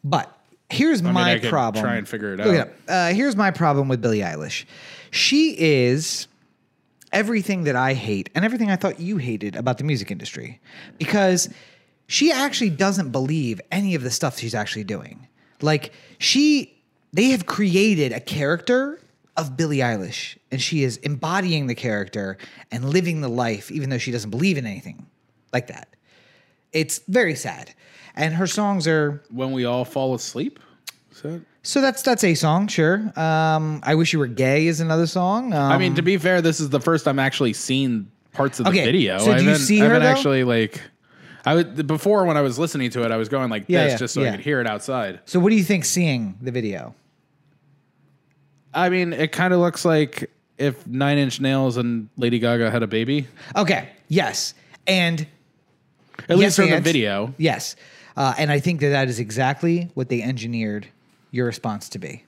S2: but here's my
S1: I could
S2: problem.
S1: try and figure it
S2: Look
S1: out.
S2: Uh, here's my problem with Billie Eilish. She is everything that I hate and everything I thought you hated about the music industry because she actually doesn't believe any of the stuff she's actually doing. Like she, they have created a character of Billie Eilish, and she is embodying the character and living the life, even though she doesn't believe in anything like that. It's very sad, and her songs are
S1: When we all fall asleep. Is that-
S2: so. That's that's a song, sure. Um, I wish you were gay is another song. Um,
S1: I mean, to be fair, this is the first I'm actually seen parts of the
S2: Okay,
S1: video.
S2: so
S1: I
S2: do you
S1: haven't-
S2: see
S1: I
S2: her,
S1: haven't
S2: though?
S1: actually like. I would before when I was listening to it, I was going like
S2: Yeah,
S1: this
S2: yeah,
S1: just so
S2: yeah.
S1: I could hear it outside.
S2: so what do you think seeing the video?
S1: I mean, it kind of looks like if Nine Inch Nails and Lady Gaga had a baby.
S2: Okay, yes, and
S1: At least
S2: Yes,
S1: from the
S2: and-
S1: video.
S2: Yes. Uh, and I think that that is exactly what they engineered your response to be.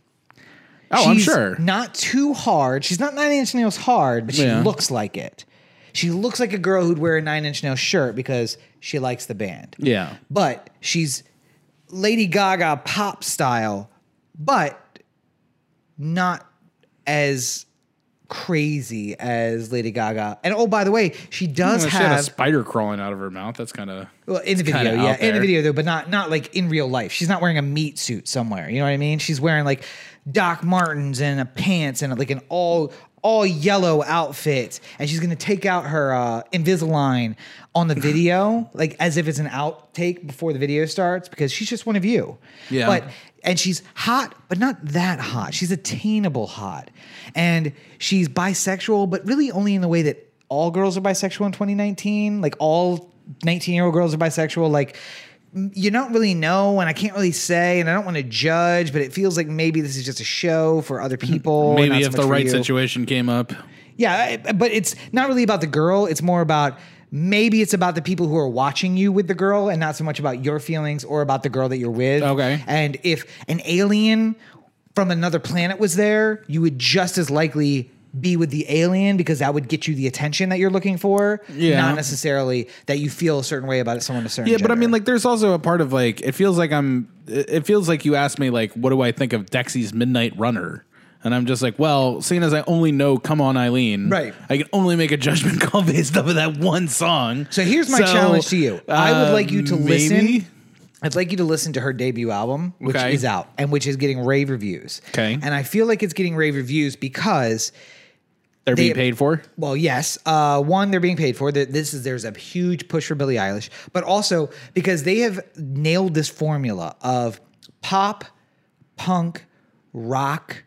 S1: Oh,
S2: She's
S1: I'm sure.
S2: Not too hard. She's not nine inch nails hard, but she
S1: Yeah.
S2: looks like it. She looks like a girl who'd wear a nine inch nail shirt because she likes the band.
S1: yeah.
S2: But she's Lady Gaga pop style, but not as crazy as Lady Gaga. And oh, by the way, she does
S1: Well, she had a
S2: have
S1: spider crawling out of her mouth. That's kind of
S2: well, in the
S1: kinda
S2: video, yeah,
S1: out
S2: in the
S1: there.
S2: video though, but not not like in real life. She's not wearing a meat suit somewhere. You know what I mean? She's wearing like Doc Martens and a pants and like an all all yellow outfit, and she's gonna take out her uh, Invisalign on the video, like as if it's an outtake before the video starts, because she's just one of you.
S1: Yeah.
S2: But and she's hot, but not that hot. She's attainable hot. And she's bisexual, but really only in the way that all girls are bisexual in 2019. Like all 19 year old girls are bisexual. Like, m- you don't really know, and I can't really say, and I don't want to judge, but it feels like maybe this is just a show for other people. and not
S1: Mm-hmm. maybe
S2: so
S1: if
S2: much
S1: the
S2: for
S1: right
S2: you.
S1: situation came up.
S2: Yeah, I- but it's not really about the girl. It's more about maybe it's about the people who are watching you with the girl and not so much about your feelings or about the girl that you're with.
S1: Okay.
S2: And if an alien from another planet was there, you would just as likely be with the alien because that would get you the attention that you're looking for,
S1: Yeah.
S2: not necessarily that you feel a certain way about someone a certain
S1: Yeah, but I
S2: gender.
S1: mean, like, there's also a part of like, it feels like I'm, it it feels like you asked me, like, what do I think of Dexy's Midnight Runner? And I'm just like, well, seeing as I only know Come On Eileen,
S2: Right.
S1: I can only make a judgment <laughs> call based off of that one song.
S2: So here's my challenge to you. I would
S1: uh,
S2: like you to
S1: maybe?
S2: listen. I'd like you to listen to her debut album, which
S1: Okay.
S2: is out and which is getting rave reviews.
S1: Okay.
S2: And I feel like it's getting rave reviews because
S1: They're
S2: They-
S1: being paid for.
S2: well, yes. Uh, one, they're being paid for. Th- This is there's a huge push for Billie Eilish, but also because they have nailed this formula of pop, punk, rock,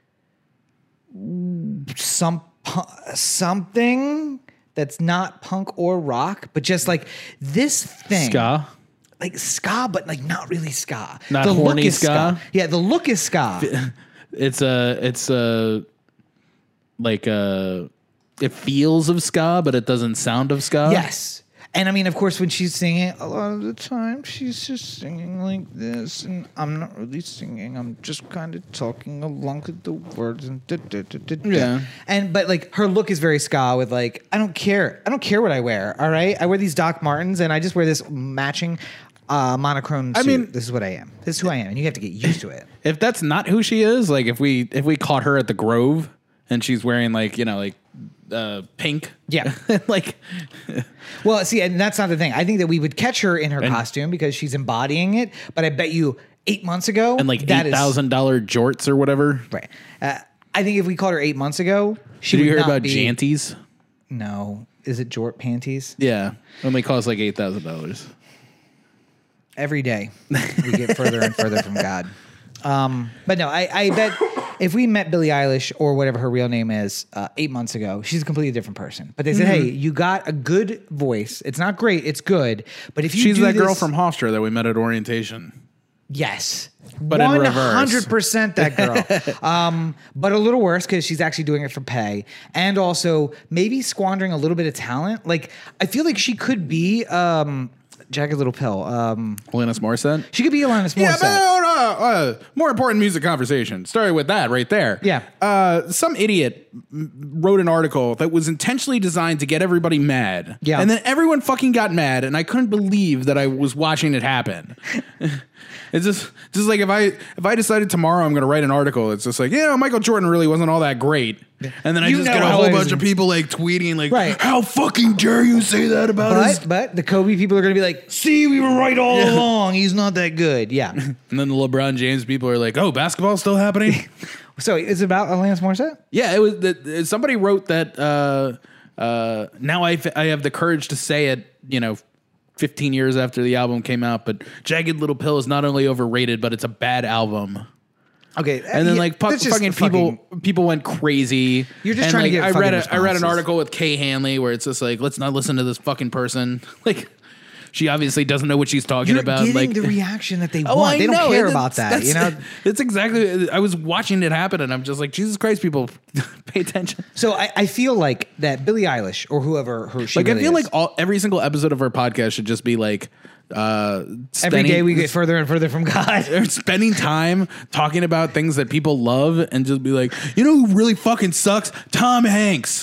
S2: some pu- something that's not punk or rock, but just like this thing,
S1: Ska.
S2: like ska, but like not really ska.
S1: Not horny ska?
S2: Yeah, the look is ska.
S1: It's a, it's a, like a, it feels of ska, but it doesn't sound of ska.
S2: yes. And I mean, of course, when she's singing, a lot of the time she's just singing like this, and um, I'm not really singing. I'm just kind of talking along with the words and da, da, da, da, da.
S1: Yeah.
S2: And but like her look is very ska with like I don't care. I don't care what I wear. All right, I wear these Doc Martens, and I just wear this matching uh, monochrome.
S1: I
S2: suit.
S1: mean-
S2: this is what I am. This is who I am, and you have to get used to it.
S1: if that's not who she is, like if we if we caught her at the Grove and she's wearing like you know like uh pink,
S2: Yeah.
S1: <laughs> like
S2: <laughs> Well, see, and that's not the thing. I think that we would catch her in her costume because she's embodying it. But I bet you eight months ago,
S1: and like
S2: that
S1: eight
S2: is-
S1: thousand dollar jorts or whatever.
S2: right. Uh, I think if we called her eight months ago, she
S1: Did you
S2: would
S1: hear
S2: not
S1: about
S2: be,
S1: Janties?
S2: No, is it jort panties?
S1: Yeah, only cost like eight thousand dollars.
S2: Every day we get further and further from God. Um, but no, I, I bet if we met Billie Eilish or whatever her real name is uh, eight months ago, she's a completely different person. But they said,
S1: Mm-hmm.
S2: "Hey, you got a good voice. It's not great, it's good. But if you
S1: She's
S2: do
S1: that girl
S2: this-
S1: from Hofstra that we met at orientation.
S2: Yes.
S1: But in reverse.
S2: 100% that
S1: <laughs>
S2: girl. um, but a little worse because she's actually doing it for pay and also maybe squandering a little bit of talent. Like, I feel like she could be um, Jagged Little Pill. Um,
S1: Alanis Morissette.
S2: she could be Alanis Morissette.
S1: uh, more important music conversation. Started with that right there.
S2: Yeah.
S1: Uh, some idiot m- wrote an article that was intentionally designed to get everybody mad.
S2: Yeah.
S1: And then everyone fucking got mad, and I couldn't believe that I was watching it happen. <laughs> It's just just like if I if I decided tomorrow I'm going to write an article, it's just like you know Michael Jordan really wasn't all that great, and then I
S2: You
S1: just
S2: know
S1: get a
S2: how
S1: whole
S2: I was
S1: bunch of
S2: in-
S1: people like tweeting like
S2: Right.
S1: how fucking dare you say that about us?
S2: But but the Kobe people are going to be
S1: <laughs>
S2: like, see, we were right all along. He's not that good. Yeah.
S1: And then the LeBron James people are like, oh basketball's still happening.
S2: so it's about Alanis Morissette.
S1: <laughs> yeah, it was that somebody wrote that. Uh, uh, now I f- I have the courage to say it. You know. 15 years after the album came out, but Jagged Little Pill is not only overrated, but it's a bad album.
S2: Okay.
S1: and then
S2: yeah,
S1: like pu-
S2: that's just
S1: fucking people people went crazy.
S2: You're just
S1: And,
S2: trying to
S1: like,
S2: get
S1: I read
S2: fucking
S1: a, I read
S2: responses.
S1: an article with Kay Hanley where it's just like let's not listen to this fucking person. <laughs> Like she obviously doesn't know what she's talking
S2: You're
S1: about. <laughs>
S2: getting
S1: Like
S2: the reaction that they
S1: Oh,
S2: want.
S1: I
S2: they don't
S1: know,
S2: care
S1: and
S2: about
S1: that's-
S2: that. You know.
S1: that's- <laughs> that's exactly. I was watching it happen, and I'm just like, Jesus Christ, people, <laughs> pay attention.
S2: So I, I feel like that Billie Eilish or whoever her she
S1: Like, I
S2: really
S1: feel
S2: is.
S1: like all every single episode of our podcast should just be like, uh,
S2: every
S1: spending- <laughs>
S2: day we get further and further from God. <laughs>
S1: They're spending time talking about things that people love and just be like, you know who really fucking sucks? Tom <laughs> Hanks.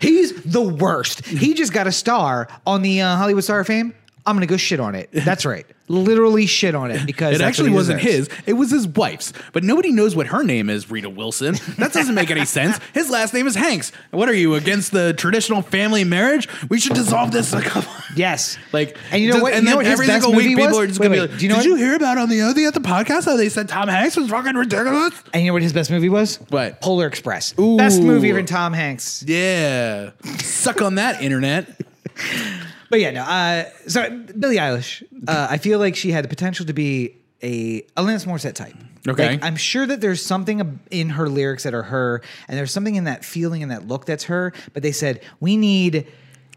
S2: He's the worst. He just got a star on the uh, Hollywood Star of Fame. I'm gonna go shit on it.
S1: <laughs>
S2: That's right. Literally shit on it because
S1: It
S2: that's
S1: actually
S2: what he
S1: wasn't
S2: deserves.
S1: his, it was his wife's. But nobody knows what her name is, Rita Wilson. That doesn't make any <laughs> sense. His last name is Hanks. What are you, against the traditional family marriage? We should dissolve this. <laughs> Like,
S2: Yes.
S1: like
S2: and you know
S1: just-
S2: what?
S1: And
S2: you know
S1: then
S2: what his
S1: every
S2: best
S1: single week,
S2: movie
S1: people
S2: was?
S1: are just
S2: Wait,
S1: going to
S2: wait,
S1: be like,
S2: do you know
S1: Did
S2: what,
S1: you hear about on the other at the podcast how they said Tom Hanks was fucking ridiculous?
S2: And you know what his best movie was?
S1: What?
S2: Polar Express. Best
S1: Ooh.
S2: movie ever. in Tom Hanks.
S1: Yeah. Suck on that, internet.
S2: But yeah, no. Uh, so Billie Eilish, uh, I feel like she had the potential to be a Alanis Morissette type.
S1: Okay.
S2: Like, I'm sure that there's something ab- in her lyrics that are her, and there's something in that feeling and that look that's her. But they said we need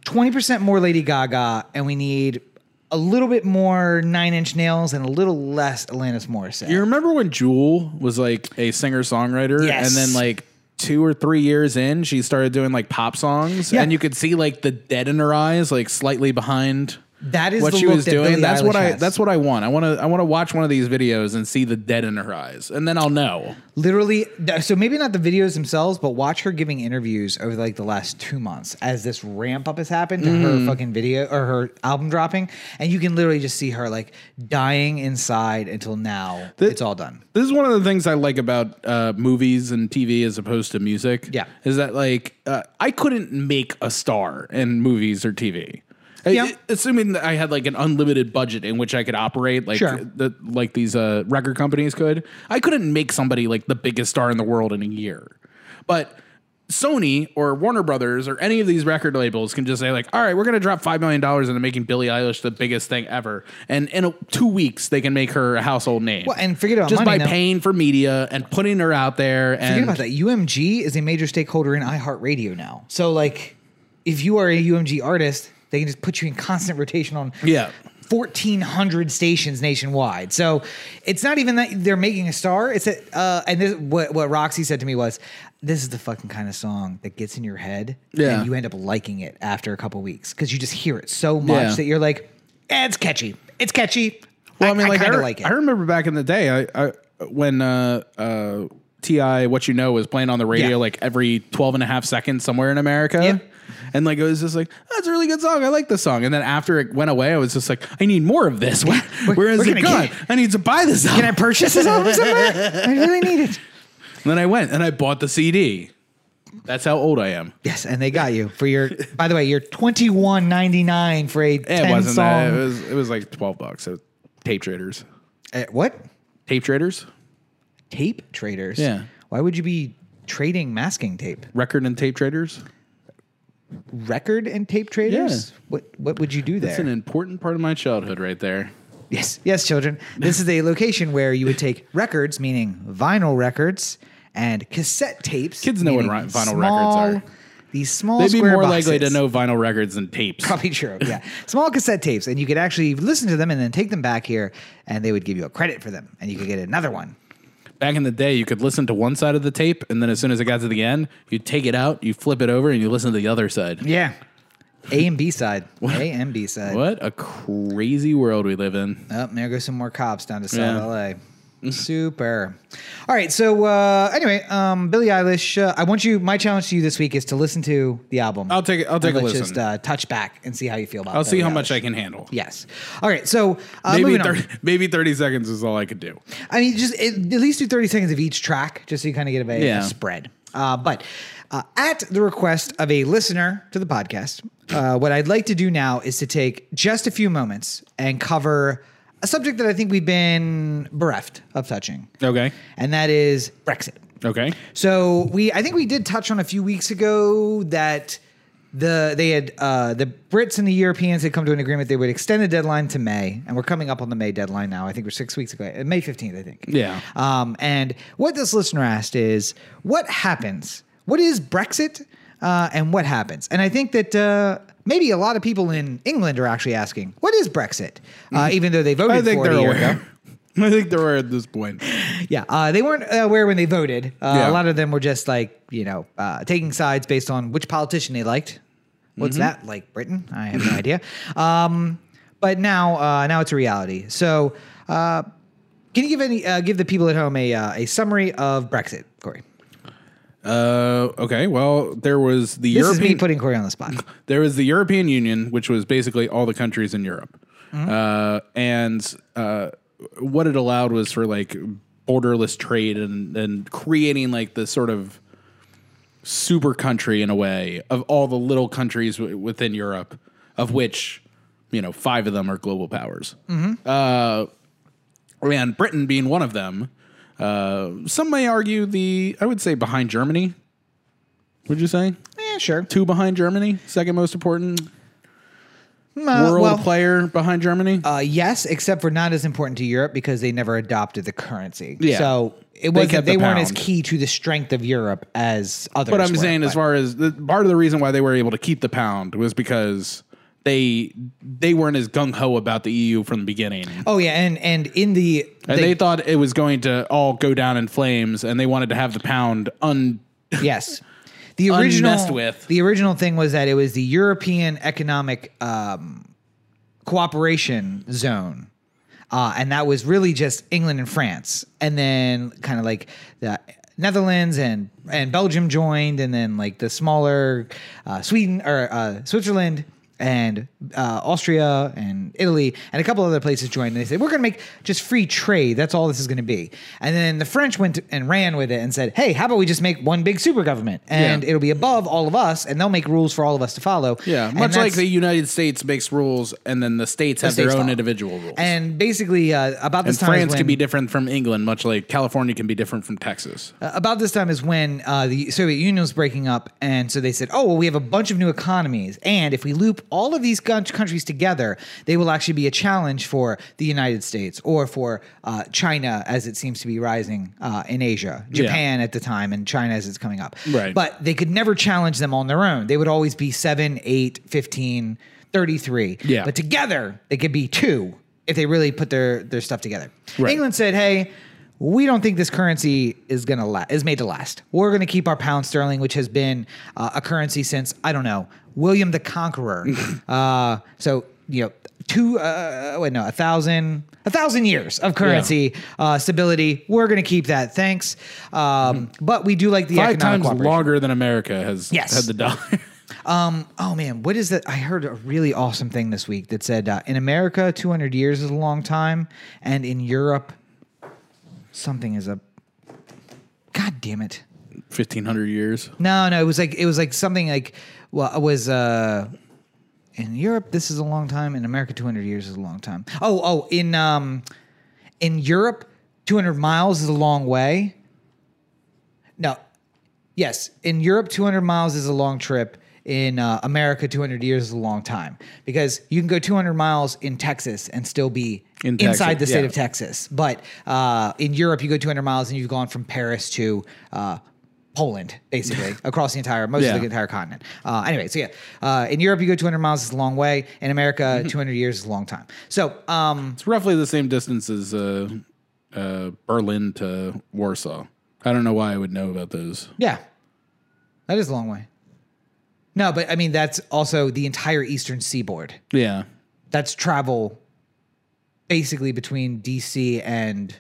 S2: 20% more Lady Gaga, and we need a little bit more Nine Inch Nails, and a little less Alanis Morissette.
S1: You remember when Jewel was like a singer songwriter,
S2: Yes.
S1: and then like two or three years in, she started doing like pop songs,
S2: Yeah.
S1: and you could see like the dead in her eyes, like slightly behind.
S2: That is
S1: what
S2: the
S1: she
S2: look
S1: was
S2: that
S1: doing.
S2: Billie
S1: that's what
S2: Eilish
S1: I.
S2: has.
S1: That's what I want. I want to. I want to watch one of these videos and see the dead in her eyes, and then I'll know.
S2: literally th- so maybe not the videos themselves but watch her giving interviews over like the last two months as this ramp up has happened to her fucking video or her album dropping and you can literally just see her like dying inside until now it's all done
S1: This is one of the things I like about uh, movies and TV as opposed to music.
S2: Yeah.
S1: is that like uh, I couldn't make a star in movies or TV. I-
S2: Yeah.
S1: I- assuming that I had like an unlimited budget in which I could operate, like
S2: Sure.
S1: the, like these uh, record companies could. I couldn't make somebody like the biggest star in the world in a year, but. Sony or Warner Brothers or any of these record labels can just say like, "All right, we're going to drop five million dollars into making Billie Eilish the biggest thing ever," and in a, two weeks they can make her a household name.
S2: Well, and forget about
S1: just
S2: money,
S1: by
S2: though.
S1: paying for media and putting her out there. And
S2: forget about that umg is a major stakeholder in iheartradio now so like if you are a umg artist they can just put you in constant rotation on
S1: Yeah.
S2: 1400 stations nationwide so it's not even that they're making a star it's that uh and this what, what roxy said to me was this is the fucking kind of song that gets in your head
S1: Yeah.
S2: and you end up liking it after a couple weeks because you just hear it so much
S1: Yeah.
S2: that you're like eh, it's catchy it's catchy
S1: Well, I mean, like I,
S2: kind of
S1: re-
S2: like it
S1: I remember back in the day, I, I when uh, uh, Ti What You Know was playing on the radio
S2: Yeah.
S1: like every 12 and a half seconds somewhere in America.
S2: Yep.
S1: And like it was just like that's a really good song. I like this song. And then after it went away, I was just like, I need more of this.
S2: <laughs>
S1: Where, where is
S2: we're
S1: it
S2: gonna
S1: gone?
S2: get-
S1: I need to buy this. Album.
S2: can i purchase this album somewhere <laughs> i really need it
S1: and then I went and I bought the CD. That's how old I am.
S2: Yes, and they got you for your. by the way, you're twenty one ninety nine for a
S1: It
S2: ten
S1: wasn't
S2: song.
S1: that. It was it was like twelve bucks. It was tape traders.
S2: Uh, what
S1: Tape traders.
S2: tape traders?
S1: Yeah.
S2: Why would you be trading masking tape?
S1: Record and tape traders.
S2: Record and tape traders. What What would you do there?
S1: That's an important part of my childhood right there.
S2: yes, yes, children. This is a location where you would take records, meaning vinyl records, and cassette tapes.
S1: Kids know what
S2: meaning
S1: ri- vinyl
S2: small-
S1: records are.
S2: These small.
S1: They'd be
S2: square
S1: more
S2: boxes.
S1: likely to know vinyl records than tapes.
S2: Probably true. Yeah. Small cassette tapes. And you could actually listen to them and then take them back here and they would give you a credit for them and you could get another one.
S1: Back in the day, you could listen to one side of the tape, and then as soon as it got to the end, you take it out, you flip it over, and you listen to the other side.
S2: Yeah. A and B side. A and B side.
S1: What a crazy world we live in.
S2: Oh, there go some more cops down to
S1: <laughs>
S2: South
S1: Yeah.
S2: LA. Super. All right. So uh, anyway, um, Billie Eilish. Uh, I want you. My challenge to you this week is to listen to the album.
S1: I'll take- I'll take
S2: And
S1: a
S2: let's
S1: listen.
S2: Just uh, touch back and see how you feel about.
S1: I'll see
S2: Billie
S1: how much
S2: Eilish.
S1: I can handle.
S2: Yes. All right. So uh,
S1: maybe
S2: moving on.
S1: 30, maybe 30 seconds is all I could do.
S2: I mean, just at at least do 30 seconds of each track, just so you kind of get a, a
S1: Yeah.
S2: spread. Uh, but uh, at the request of a listener to the podcast, uh, what I'd like to do now is to take just a few moments and cover a subject that I think we've been bereft of touching,
S1: Okay.
S2: and that is Brexit.
S1: Okay.
S2: So we, I think we did touch on a few weeks ago that the they had uh, the Brits and the Europeans had come to an agreement they would extend the deadline to May, and we're coming up on the May deadline now. I think we're six weeks ago, May fifteenth, I think.
S1: Yeah.
S2: Um, and what this listener asked is, what happens? What is Brexit? Uh, and what happens? And I think that uh, maybe a lot of people in England are actually asking, what is Brexit? Uh, even though they voted
S1: Mm-hmm. I think
S2: for it
S1: they're
S2: a year ago.
S1: aware. <laughs> I think they're aware at this point.
S2: Yeah, uh, they weren't aware when they voted. Uh,
S1: Yeah.
S2: A lot of them were just like, you know, uh, taking sides based on which politician they liked.
S1: Mm-hmm.
S2: What's that like, Britain? I have no idea. Um, but now, uh, now it's a reality. So, uh, can you give any uh, give the people at home a uh, a summary of Brexit, Corey?
S1: Uh, okay. Well, there was the
S2: This
S1: European
S2: is me putting Corey on
S1: <laughs>
S2: the spot.
S1: there was the European Union, which was basically all the countries in Europe, uh, and uh, what it allowed was for like borderless trade and and creating like this sort of super country in a way of all the little countries w- within Europe, of which you know five of them are global powers, uh, and Britain being one of them. Uh, some may argue the I would say behind Germany. Would you say?
S2: yeah, sure.
S1: two behind Germany, second most important
S2: Mm, uh,
S1: world
S2: well,
S1: player behind Germany.
S2: uh, yes, except for not as important to Europe because they never adopted the currency.
S1: Yeah.
S2: So it wasn't
S1: kept
S2: they,
S1: the
S2: weren't as
S1: pound.
S2: key to the strength of Europe as others.
S1: but I'm
S2: were,
S1: saying, as
S2: but-
S1: far as the, part of the reason why they were able to keep the pound was because they they weren't as gung ho about the EU from the beginning,
S2: Oh yeah, and and in the
S1: and they, thought it was going to all go down in flames, and they wanted to have the pound un.
S2: yes, the original
S1: <laughs> Unmessed with.
S2: the original thing was that it was the European Economic um, Cooperation Zone. Uh, and that was really just England and France, and then kind of like the Netherlands and and Belgium joined, and then like the smaller uh, Sweden or uh, Switzerland and uh, Austria and Italy and a couple other places joined. And they said we're going to make just free trade. That's all this is going to be. And then the French went and ran with it and said, hey, how about we just make one big super government and
S1: Yeah.
S2: it'll be above all of us, and they'll make rules for all of us to follow.
S1: Yeah,
S2: And
S1: much like
S2: that's-
S1: the United States makes rules, and then the states have their
S2: states
S1: own
S2: follow.
S1: individual rules.
S2: And basically, uh, about this
S1: And
S2: time is
S1: France
S2: when,
S1: can be different from England, much like California can be different from Texas.
S2: Uh, about this time is when uh, the Soviet Union was breaking up, and so they said, "Oh, well, we have a bunch of new economies, and if we loop all of these gun- countries together, they will actually be a challenge for the United States or for uh, China, as it seems to be rising uh, in Asia, Japan at the time, and China as it's coming up.
S1: Right.
S2: But they could never challenge them on their own. They would always be 7, 8, 15, 33.
S1: Yeah.
S2: But together, they could be two if they really put their, their stuff together.
S1: Right.
S2: England said, hey, we don't think this currency is gonna la- is made to last. We're gonna keep our pound sterling, which has been uh, a currency since I don't know William
S1: <laughs>
S2: the Conqueror. uh, so you know, two uh, wait no, a thousand a thousand years of currency uh, stability. We're gonna keep that. Thanks, um, but we do like the
S1: Mm-hmm. Five
S2: economic
S1: times
S2: cooperation.
S1: longer than America has
S2: Yes.
S1: had the dollar. <laughs>
S2: Oh man, what is that? I heard a really awesome thing this week that said uh, in America, 200 years is a long time, and in Europe, something is a. God damn it!
S1: Fifteen hundred years.
S2: No, no, it was like it was like something like well, it was uh, in Europe. This is a long time. In America, 200 years is a long time. Oh, oh, in um, in Europe, 200 miles is a long way. No, yes, in Europe, 200 miles is a long trip. In uh, America, 200 years is a long time because you can go 200 miles in Texas and still be
S1: In
S2: inside
S1: Texas,
S2: the state
S1: yeah.
S2: of Texas. But uh, in Europe, you go 200 miles and you've gone from Paris to uh, Poland, basically, across the entire, most
S1: Yeah.
S2: of the entire continent. Uh, anyway, so yeah, uh, in Europe, you go 200 miles is a long way. In America, 200 years is a long time. So, um,
S1: It's roughly the same distance as uh, uh, Berlin to Warsaw. I don't know why I would know about those.
S2: yeah, that is a long way. No, but I mean, that's also the entire eastern seaboard.
S1: Yeah.
S2: that's travel basically between DC and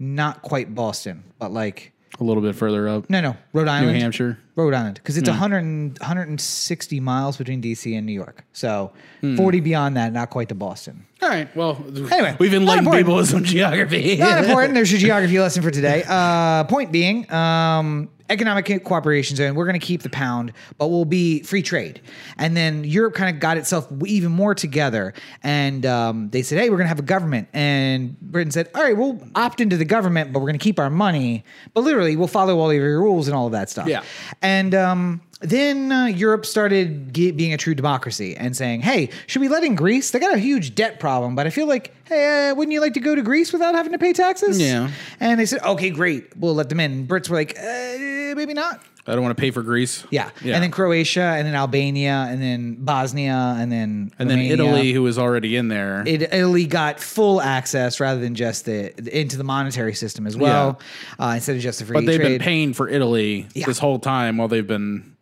S2: not quite Boston, but like
S1: a little bit further up.
S2: no, no, Rhode Island,
S1: Hampshire?
S2: Rhode Island, because it's 100 and, 160 miles between DC and New York. So 40 beyond that, not quite to Boston.
S1: All right. Well,
S2: Anyway,
S1: we've
S2: not
S1: enlightened
S2: important.
S1: people with some geography.
S2: <laughs> Not important. There's your geography lesson for today. Uh, point being, um, economic co- cooperation zone. We're going to keep the pound, but we'll be free trade. And then Europe kind of got itself w- even more together, and um, they said, "Hey, we're going to have a government." And Britain said, "All right, we'll opt into the government, but we're going to keep our money. But literally, we'll follow all of your rules and all of that stuff."
S1: Yeah.
S2: And um, then uh, Europe started ge- being a true democracy and saying, hey, should we let in Greece? They got a huge debt problem, but I feel like, hey, uh, wouldn't you like to go to Greece without having to pay taxes?
S1: Yeah.
S2: And they said, okay, great. We'll let them in. And Brits were like, uh, maybe not.
S1: I don't want to pay for Greece.
S2: Yeah. And then Croatia, and then Albania, and then Bosnia, and then.
S1: and then
S2: Romania.
S1: Italy, who was already in there.
S2: It, Italy got full access rather than just the, into the monetary system as well, uh, instead of just the free
S1: but they've
S2: trade.
S1: been paying for Italy
S2: Yeah.
S1: this whole time while they've been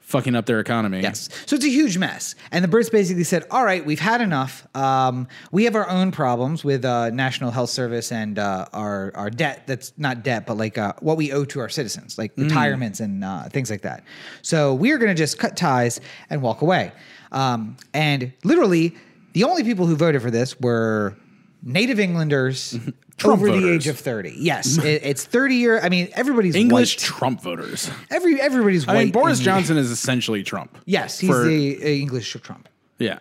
S1: fucking up their economy.
S2: Yes. So it's a huge mess. And the Brits basically said, all right, we've had enough. Um, we have our own problems with uh, National Health Service and uh, our, our debt that's not debt, but like uh, what we owe to our citizens, like
S1: Mm.
S2: retirements and uh, things like that. So we're going to just cut ties and walk away. Um, and literally, the only people who voted for this were native Englanders.
S1: <laughs> Trump
S2: over the
S1: voters.
S2: age of 30.
S1: <laughs>
S2: Yes. it- it's 30 year. I mean, everybody's
S1: English
S2: white.
S1: Trump voters.
S2: Every, everybody's
S1: I
S2: white.
S1: mean, Boris
S2: in-
S1: Johnson is essentially Trump.
S2: Yes. He's
S1: For-
S2: the uh, English Trump.
S1: Yeah.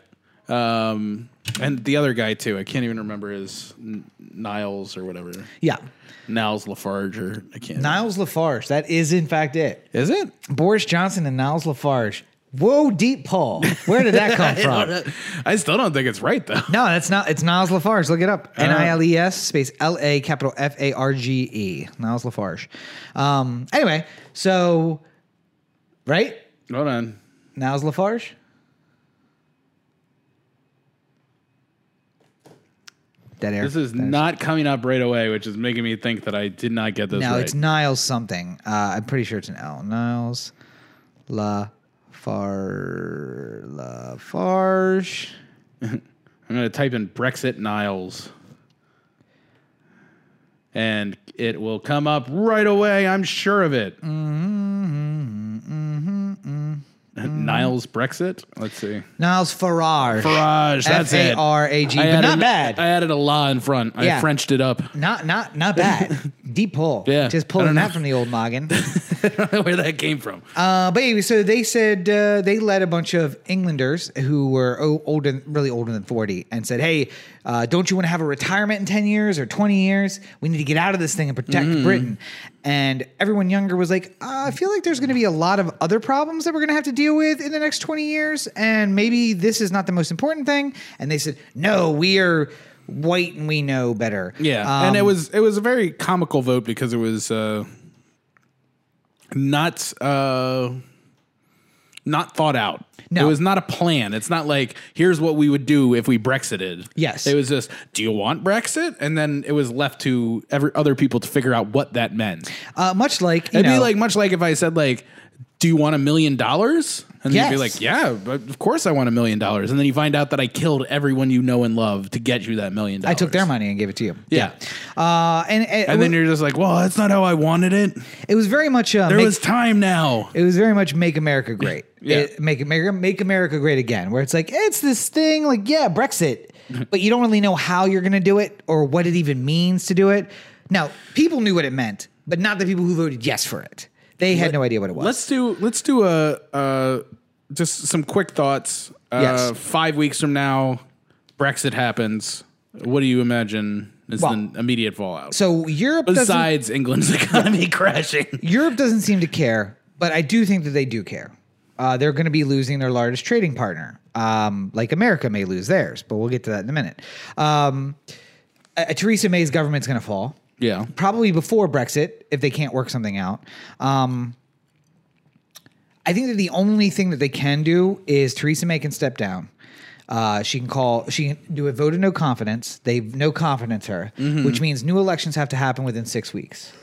S1: Um, and the other guy too. I can't even remember his N- Niles or whatever.
S2: Yeah.
S1: Niles Lafarge or I can't.
S2: Niles Lafarge. That is, in fact, it.
S1: is it?
S2: Boris Johnson and Niles Lafarge. Whoa, deep Paul. Where did that come from?
S1: I still don't think it's right though. <laughs>
S2: No, that's not. It's Niles Lafarge. Look it up. N i l e s space l a capital F a r g e. Niles Lafarge. Um. Anyway, so right,
S1: Hold on.
S2: Niles Lafarge. Dead air.
S1: This is
S2: Dead air.
S1: not coming up right away, which is making me think that I did not get this
S2: No,
S1: right.
S2: it's Niles something. Uh, I'm pretty sure it's an L. Niles La Far La Farge.
S1: I'm going to type in Brexit Niles. And it will come up right away. I'm sure of it.
S2: Mm-hmm,
S1: Niles Brexit. Let's see.
S2: Niles Farage.
S1: Farage. That's it.
S2: F-A-R-A-G,
S1: I
S2: but
S1: added-
S2: not bad.
S1: I added a la in front. I
S2: Yeah.
S1: Frenched it up. <laughs>
S2: Not not not bad. Deep pull.
S1: Yeah,
S2: Just
S1: I don't
S2: pulling that
S1: know.
S2: from the old
S1: <laughs>
S2: noggin.
S1: I don't know where that came from.
S2: Uh, but anyway, so they said uh, they led a bunch of Englanders who were o- older, really older than 40, and said, Hey, uh, don't you want to have a retirement in 10 years or 20 years? We need to get out of this thing and protect
S1: Mm-hmm.
S2: Britain. And everyone younger was like, uh, I feel like there's going to be a lot of other problems that we're going to have to deal with in the next 20 years, and maybe this is not the most important thing. And they said, No, we are white and we know better.
S1: Yeah,
S2: Um,
S1: and it was it was a very comical vote because it was uh, not uh, not thought out.
S2: No.
S1: It was not a plan. It's not like here's what we would do if we Brexited.
S2: Yes.
S1: it was just do you want Brexit? And then it was left to every other people to figure out what that meant.
S2: uh, much like you
S1: It'd be
S2: know,
S1: like much like if I said like, "Do you want a million dollars?" And you'd be
S2: Yes.
S1: like, "Yeah, but of course I want a million dollars." And then you find out that I killed everyone you know and love to get you that million
S2: I
S1: dollars.
S2: took their money and gave it to you.
S1: Yeah.
S2: Uh, and and,
S1: And then you're just like, "Well, that's not how I wanted it."
S2: It was very much uh,
S1: There
S2: make,
S1: was time now.
S2: it was very much make America great.
S1: Yeah.
S2: It- make America make America great again, where it's like it's this thing like
S1: <laughs>
S2: yeah, Brexit, but you don't really know how you're going to do it or what it even means to do it. Now, people knew what it meant, but not the people who voted yes for it. They had no idea what it was.
S1: Let's do let's do a uh, just some quick thoughts. Uh,
S2: Yes.
S1: Five weeks from now, Brexit happens. What do you imagine is
S2: Well,
S1: the immediate fallout?
S2: so Europe doesn't,
S1: Besides England's <laughs> economy crashing,
S2: Europe doesn't seem to care, but I do think that they do care. Uh, they're going to be losing their largest trading partner, um, like America may lose theirs, but we'll get to that in a minute. Um, uh, Theresa May's government's going to fall.
S1: yeah,
S2: probably before Brexit if they can't work something out. Um, I think that the only thing that they can do is Theresa May can step down. Uh, she can call. She can do a vote of no confidence. They no confidence her, which means new elections have to happen within six weeks.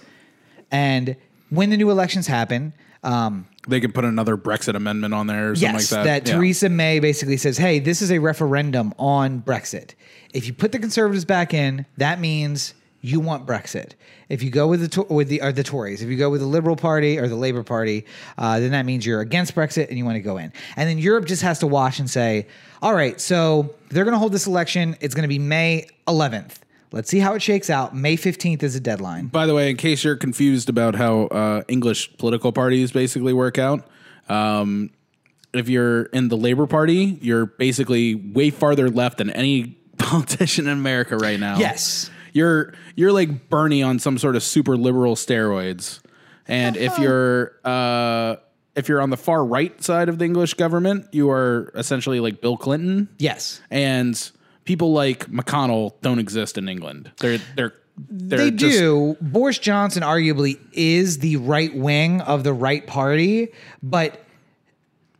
S2: And when the new elections happen, um,
S1: they could put another Brexit amendment on there or something
S2: yes,
S1: like that.
S2: that
S1: Yeah.
S2: Theresa May basically says, "Hey, this is a referendum on Brexit. If you put the Conservatives back in, that means you want Brexit. If you go with the to- with the or the Tories, if you go with the Liberal Party or the Labour Party, uh, then that means you're against Brexit and you want to go in. And then Europe just has to watch and say, all right, so they're going to hold this election. It's going to be May 11th. Let's see how it shakes out. May 15th is a deadline.
S1: By the way, in case you're confused about how uh, English political parties basically work out, um, if you're in the Labour Party, you're basically way farther left than any <laughs> politician in America right now.
S2: Yes.
S1: you're you're like Bernie on some sort of super liberal steroids, and
S2: Uh-huh.
S1: if you're uh, if you're on the far right side of the English government, you are essentially like Bill Clinton.
S2: Yes.
S1: and people like McConnell don't exist in England. They're they're they're
S2: They
S1: just-
S2: do. Boris Johnson arguably is the right wing of the right party, but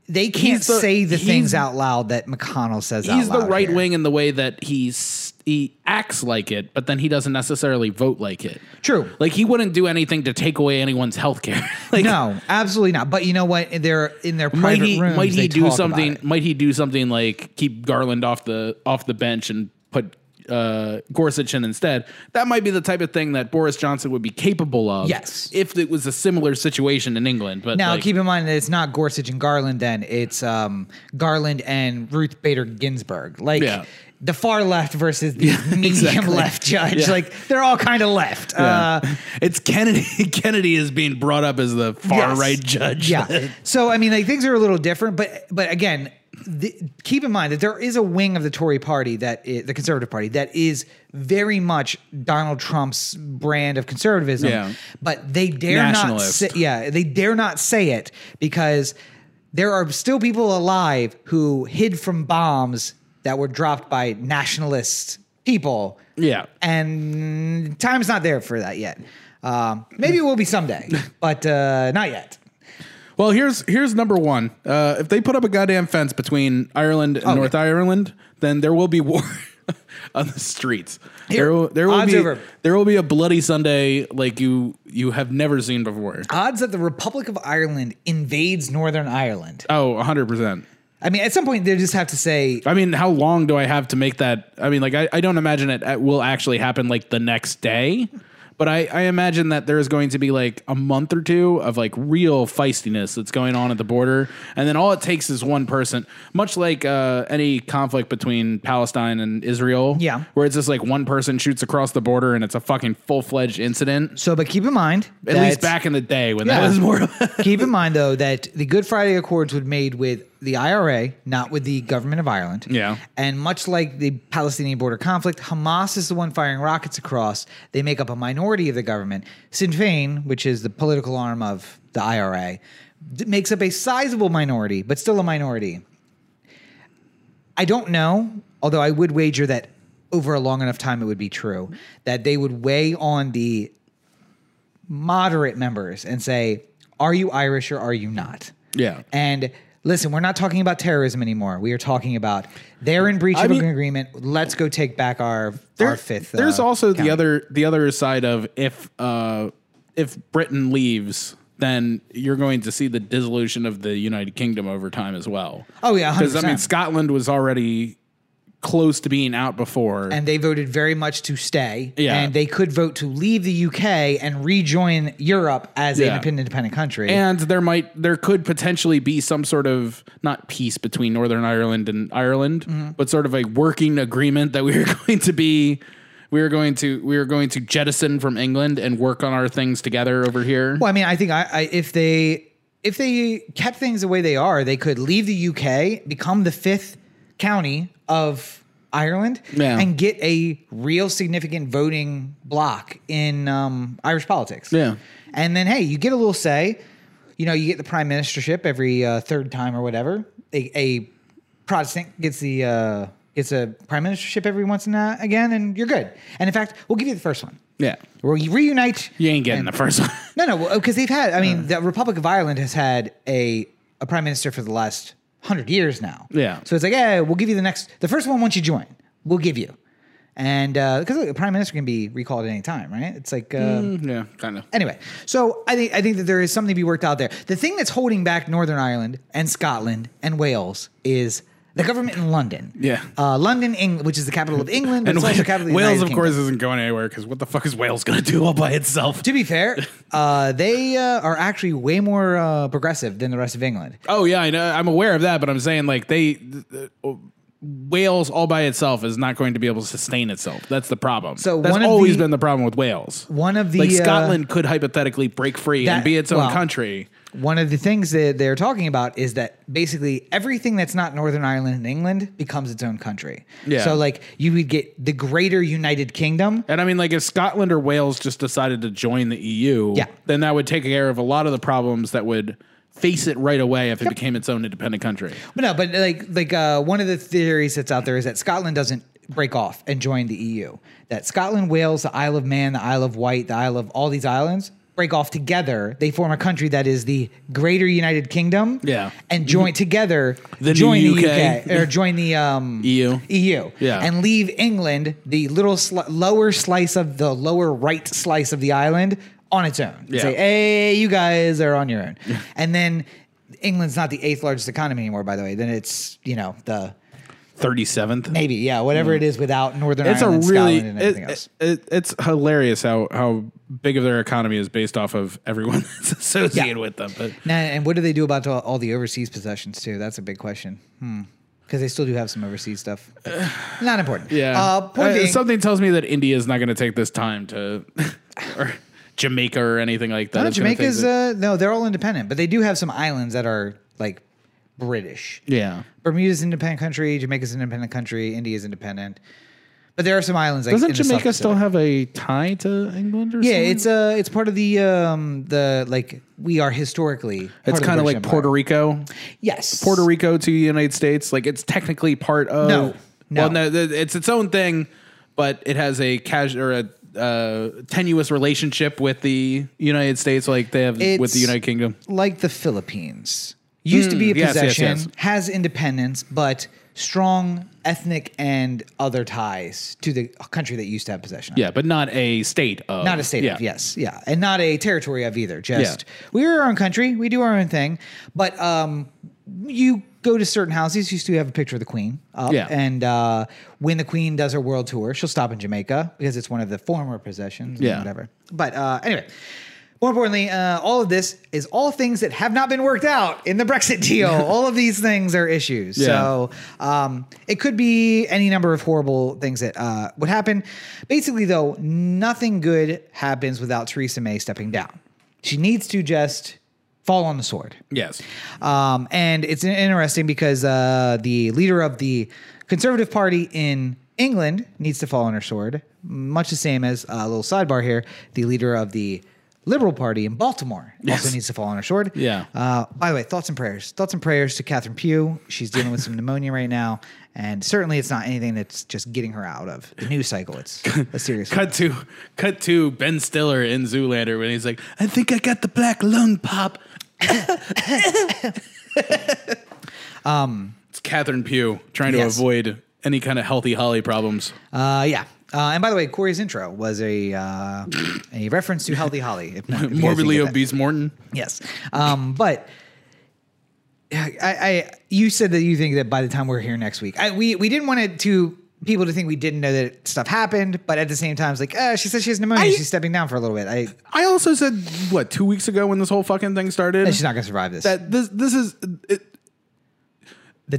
S2: they can't
S1: the-
S2: say the
S1: he's-
S2: things out loud that McConnell says out
S1: he's
S2: loud.
S1: the right
S2: here.
S1: wing in the way that he's he acts like it, but then he doesn't necessarily vote like it.
S2: True.
S1: Like he wouldn't do anything to take away anyone's health care. <laughs> like
S2: No, absolutely not. But you know what? In their in their private
S1: might he
S2: rooms,
S1: might
S2: they
S1: he do
S2: talk about
S1: something
S2: it.
S1: might he do something like keep Garland off the off the bench and put uh, Gorsuch in instead. That might be the type of thing that Boris Johnson would be capable of.
S2: Yes.
S1: If it was a similar situation in England. But
S2: Now,
S1: like,
S2: keep in mind that it's not Gorsuch and Garland. Then it's um, Garland and Ruth Bader Ginsburg. Like
S1: Yeah.
S2: the far left
S1: <laughs>
S2: versus the medium
S1: exactly.
S2: left judge.
S1: Yeah.
S2: Like they're all kind of left. Uh,
S1: it's Kennedy. <laughs> Kennedy is being brought up as the far
S2: Yes.
S1: right judge. <laughs>
S2: Yeah. So I mean, like things are a little different, but but again, the, keep in mind that there is a wing of the Tory Party that i the Conservative Party that is very much Donald Trump's brand of conservatism.
S1: Yeah.
S2: But they dare not.
S1: Nationalist.
S2: Say, yeah, they dare not say it because there are still people alive who hid from bombs that were dropped by nationalist people.
S1: yeah.
S2: And time's not there for that yet. Um, maybe it will
S1: <laughs>
S2: be someday, but uh, not yet.
S1: Well, here's here's number one. Uh, if they put up a goddamn fence between Ireland
S2: Oh,
S1: and North Ireland, then there will be war <laughs> on the streets. there will there will
S2: odds
S1: be
S2: over.
S1: there will be a bloody Sunday like you you have never seen before.
S2: odds that the Republic of Ireland invades Northern Ireland.
S1: Oh, 100 percent.
S2: I mean, at some point they just have to say,
S1: I mean, how long do I have to make that? I mean, like, I, I don't imagine it uh, will actually happen like the next day, but I, I imagine that there is going to be like a month or two of like real feistiness that's going on at the border. And then all it takes is one person, much like uh, any conflict between Palestine and Israel.
S2: Yeah.
S1: Where it's just like one person shoots across the border and it's a fucking full fledged incident.
S2: so, but keep in mind,
S1: At
S2: that-
S1: least back in the day when
S2: Yeah.
S1: that was
S2: <laughs>
S1: more.
S2: keep in mind though that the Good Friday Accords were made with the IRA, not with the government of Ireland.
S1: Yeah.
S2: And much like the Palestinian border conflict, Hamas is the one firing rockets across. They make up a minority of the government. Sinn Fein, which is the political arm of the IRA, d- makes up a sizable minority, but still a minority. I don't know, although I would wager that over a long enough time it would be true that they would weigh on the moderate members and say, are you Irish or are you not?
S1: yeah.
S2: And listen, we're not talking about terrorism anymore. We are talking about they're in breach
S1: I
S2: of
S1: mean-
S2: an agreement. Let's go take back our our
S1: There-
S2: fifth. uh,
S1: There's also
S2: county.
S1: the other the other side of if uh, if Britain leaves, then you're going to see the dissolution of the United Kingdom over time as well.
S2: Oh, yeah,
S1: because I
S2: 100%.
S1: mean Scotland was already close to being out before.
S2: and they voted very much to stay.
S1: Yeah.
S2: and they could vote to leave the UK and rejoin Europe as an
S1: Yeah.
S2: independent, independent country.
S1: and there might there could potentially be some sort of not peace between Northern Ireland and Ireland,
S2: Mm-hmm.
S1: but sort of a working agreement that we are <laughs> going to be we are going to we are going to jettison from England and work on our things together over here.
S2: Well, I mean, I think I, I if they if they kept things the way they are, they could leave the UK, become the fifth county of Ireland,
S1: Yeah.
S2: and get a real significant voting block in um, Irish politics.
S1: Yeah.
S2: and then hey, you get a little say. You know, you get the prime ministership every uh, third time or whatever. A, a Protestant gets the uh, gets a prime ministership every once in a again, and you're good. And in fact, we'll give you the first one.
S1: Yeah,
S2: We'll reunite.
S1: you ain't getting the first one.
S2: No, no, because they've had. I
S1: Hmm.
S2: mean, the Republic of Ireland has had a a prime minister for the last hundred years now.
S1: Yeah.
S2: So it's like, yeah, we'll give you the next, the first one once you join, we'll give you, and because a prime minister can be recalled at any time, right? It's like. Uh,
S1: <laughs> Yeah, kind of.
S2: Anyway, so I think I think that there is something to be worked out there. The thing that's holding back Northern Ireland and Scotland and Wales is the government in London.
S1: Yeah.
S2: Uh, London, Eng- which is the capital of England, but
S1: And
S2: it's also
S1: Wa-
S2: the capital of the
S1: Wales,
S2: United
S1: of course,
S2: Kingdom.
S1: isn't going anywhere because what the fuck is Wales going to do all by itself?
S2: To be
S1: <laughs>
S2: fair, uh, they uh, are actually way more uh, progressive than the rest of England.
S1: Oh yeah, I know. I'm aware of that, but I'm saying like they th- th- uh, Wales all by itself is not going to be able to sustain itself. That's the problem.
S2: So
S1: that's
S2: one of
S1: always
S2: the-
S1: been the problem with Wales.
S2: One of the
S1: like
S2: uh,
S1: Scotland could hypothetically break free and
S2: that-
S1: be its own
S2: well,
S1: country.
S2: uh, One of the things that they're talking about is that basically everything that's not Northern Ireland and England becomes its own country.
S1: Yeah.
S2: So like you would get the greater United Kingdom.
S1: And I mean, like if Scotland or Wales just decided to join the EU,
S2: Yeah.
S1: then that would take care of a lot of the problems that would face it right away if it became its own independent country.
S2: But no, but like like uh, one of the theories that's out there is that Scotland doesn't break off and join the EU. That Scotland, Wales, the Isle of Man, the Isle of Wight, the Isle of all these islands break off together. They form a country that is the Greater United Kingdom.
S1: Yeah. Mm-hmm.
S2: and join together.
S1: The new
S2: join
S1: UK.
S2: the UK or join the um,
S1: EU.
S2: EU.
S1: Yeah.
S2: and leave England, the little sli- lower slice of the lower right slice of the island, on its own. And
S1: Yeah.
S2: Say, hey, you guys are on
S1: <laughs>
S2: your own. and then England's not the eighth largest economy anymore, by the way. Then it's, you know, the
S1: Thirty seventh.
S2: maybe, yeah, whatever it is without Northern
S1: Mm. it's a
S2: Ireland,
S1: really
S2: Scotland, and everything
S1: it-
S2: else.
S1: it- it's hilarious how how big of their economy is based off of everyone <laughs> that's associated
S2: Yeah.
S1: with them. But
S2: Now, and what do they do about all- all the overseas possessions, too? That's a big question. Hmm. Because they still do have some overseas stuff.
S1: <sighs>
S2: Not important.
S1: yeah,
S2: Uh, point
S1: Uh,
S2: being-
S1: something tells me that India is not going to take this time to <laughs> or Jamaica or anything like that.
S2: No,
S1: It's gonna take
S2: Jamaica's
S1: the-
S2: uh, no, they're all independent, but they do have some islands that are like British.
S1: yeah.
S2: Bermuda's an independent country, Jamaica's an independent country, India's independent, but there are some islands. Like,
S1: Doesn't
S2: in the South
S1: Jamaica still
S2: Pacific.
S1: have a tie to England or
S2: Yeah,
S1: something?
S2: it's uh, it's part of the um, the like we are historically.
S1: it's kind of like Puerto Rico.
S2: Yes,
S1: Puerto Rico to the United States. Like it's technically part of.
S2: No, no.
S1: Well, no, th- it's its own thing, but it has a casual or a uh, tenuous relationship with the United States, like they have with the
S2: It's-
S1: United Kingdom.
S2: like the Philippines. Used to be a
S1: Mm, yes, yes,
S2: possession,
S1: yes.
S2: has independence, but strong ethnic and other ties to the country that used to have possession. of it.
S1: Yeah, but not a state of.
S2: Not a state
S1: yeah.
S2: of, yes, yeah, and not a territory of either. Just we're our own country, we do our own thing. But um, you go to certain houses, you still have a picture of the Queen up,
S1: Yeah.
S2: and uh, when the Queen does her world tour, she'll stop in Jamaica because it's one of the former possessions, and
S1: Yeah.
S2: whatever. But uh, anyway. More importantly, uh, all of this is all things that have not been worked out in the Brexit deal. all of these things are issues.
S1: Yeah.
S2: So um, it could be any number of horrible things that uh, would happen. Basically, though, nothing good happens without Theresa May stepping down. She needs to just fall on the sword.
S1: Yes.
S2: Um, and it's in- interesting because uh, the leader of the Conservative Party in England needs to fall on her sword, much the same as uh, a little sidebar here. The leader of the Liberal Party in Baltimore also
S1: Yes.
S2: needs to fall on her sword.
S1: Yeah.
S2: Uh, by the way, thoughts and prayers. Thoughts and prayers to Catherine Pugh. She's dealing with some pneumonia right now, and certainly it's not anything that's just getting her out of the news cycle. It's a serious.
S1: <laughs> Cut to cut to Ben Stiller in Zoolander when he's like, I think I got the black lung
S2: <laughs>
S1: pop. um, it's Catherine Pugh trying to
S2: Um, Yes.
S1: avoid any kind of healthy Holly problems.
S2: Uh, yeah. Uh, and by the way, Corey's intro was a uh, a reference to Healthy Holly.
S1: <laughs>
S2: If not, if you guys didn't
S1: Morbidly
S2: get that.
S1: obese Morton.
S2: Yes. Um, but uh, I, I, you said that you think that by the time we're here next week, I, we, we didn't want it to people to think we didn't know that stuff happened, but at the same time, it's like, uh, she says she has pneumonia.
S1: I-
S2: she's stepping down for a little bit. I,
S1: I also said what two weeks ago when this whole fucking thing started.
S2: she's not going to survive this.
S1: that this this is it,
S2: the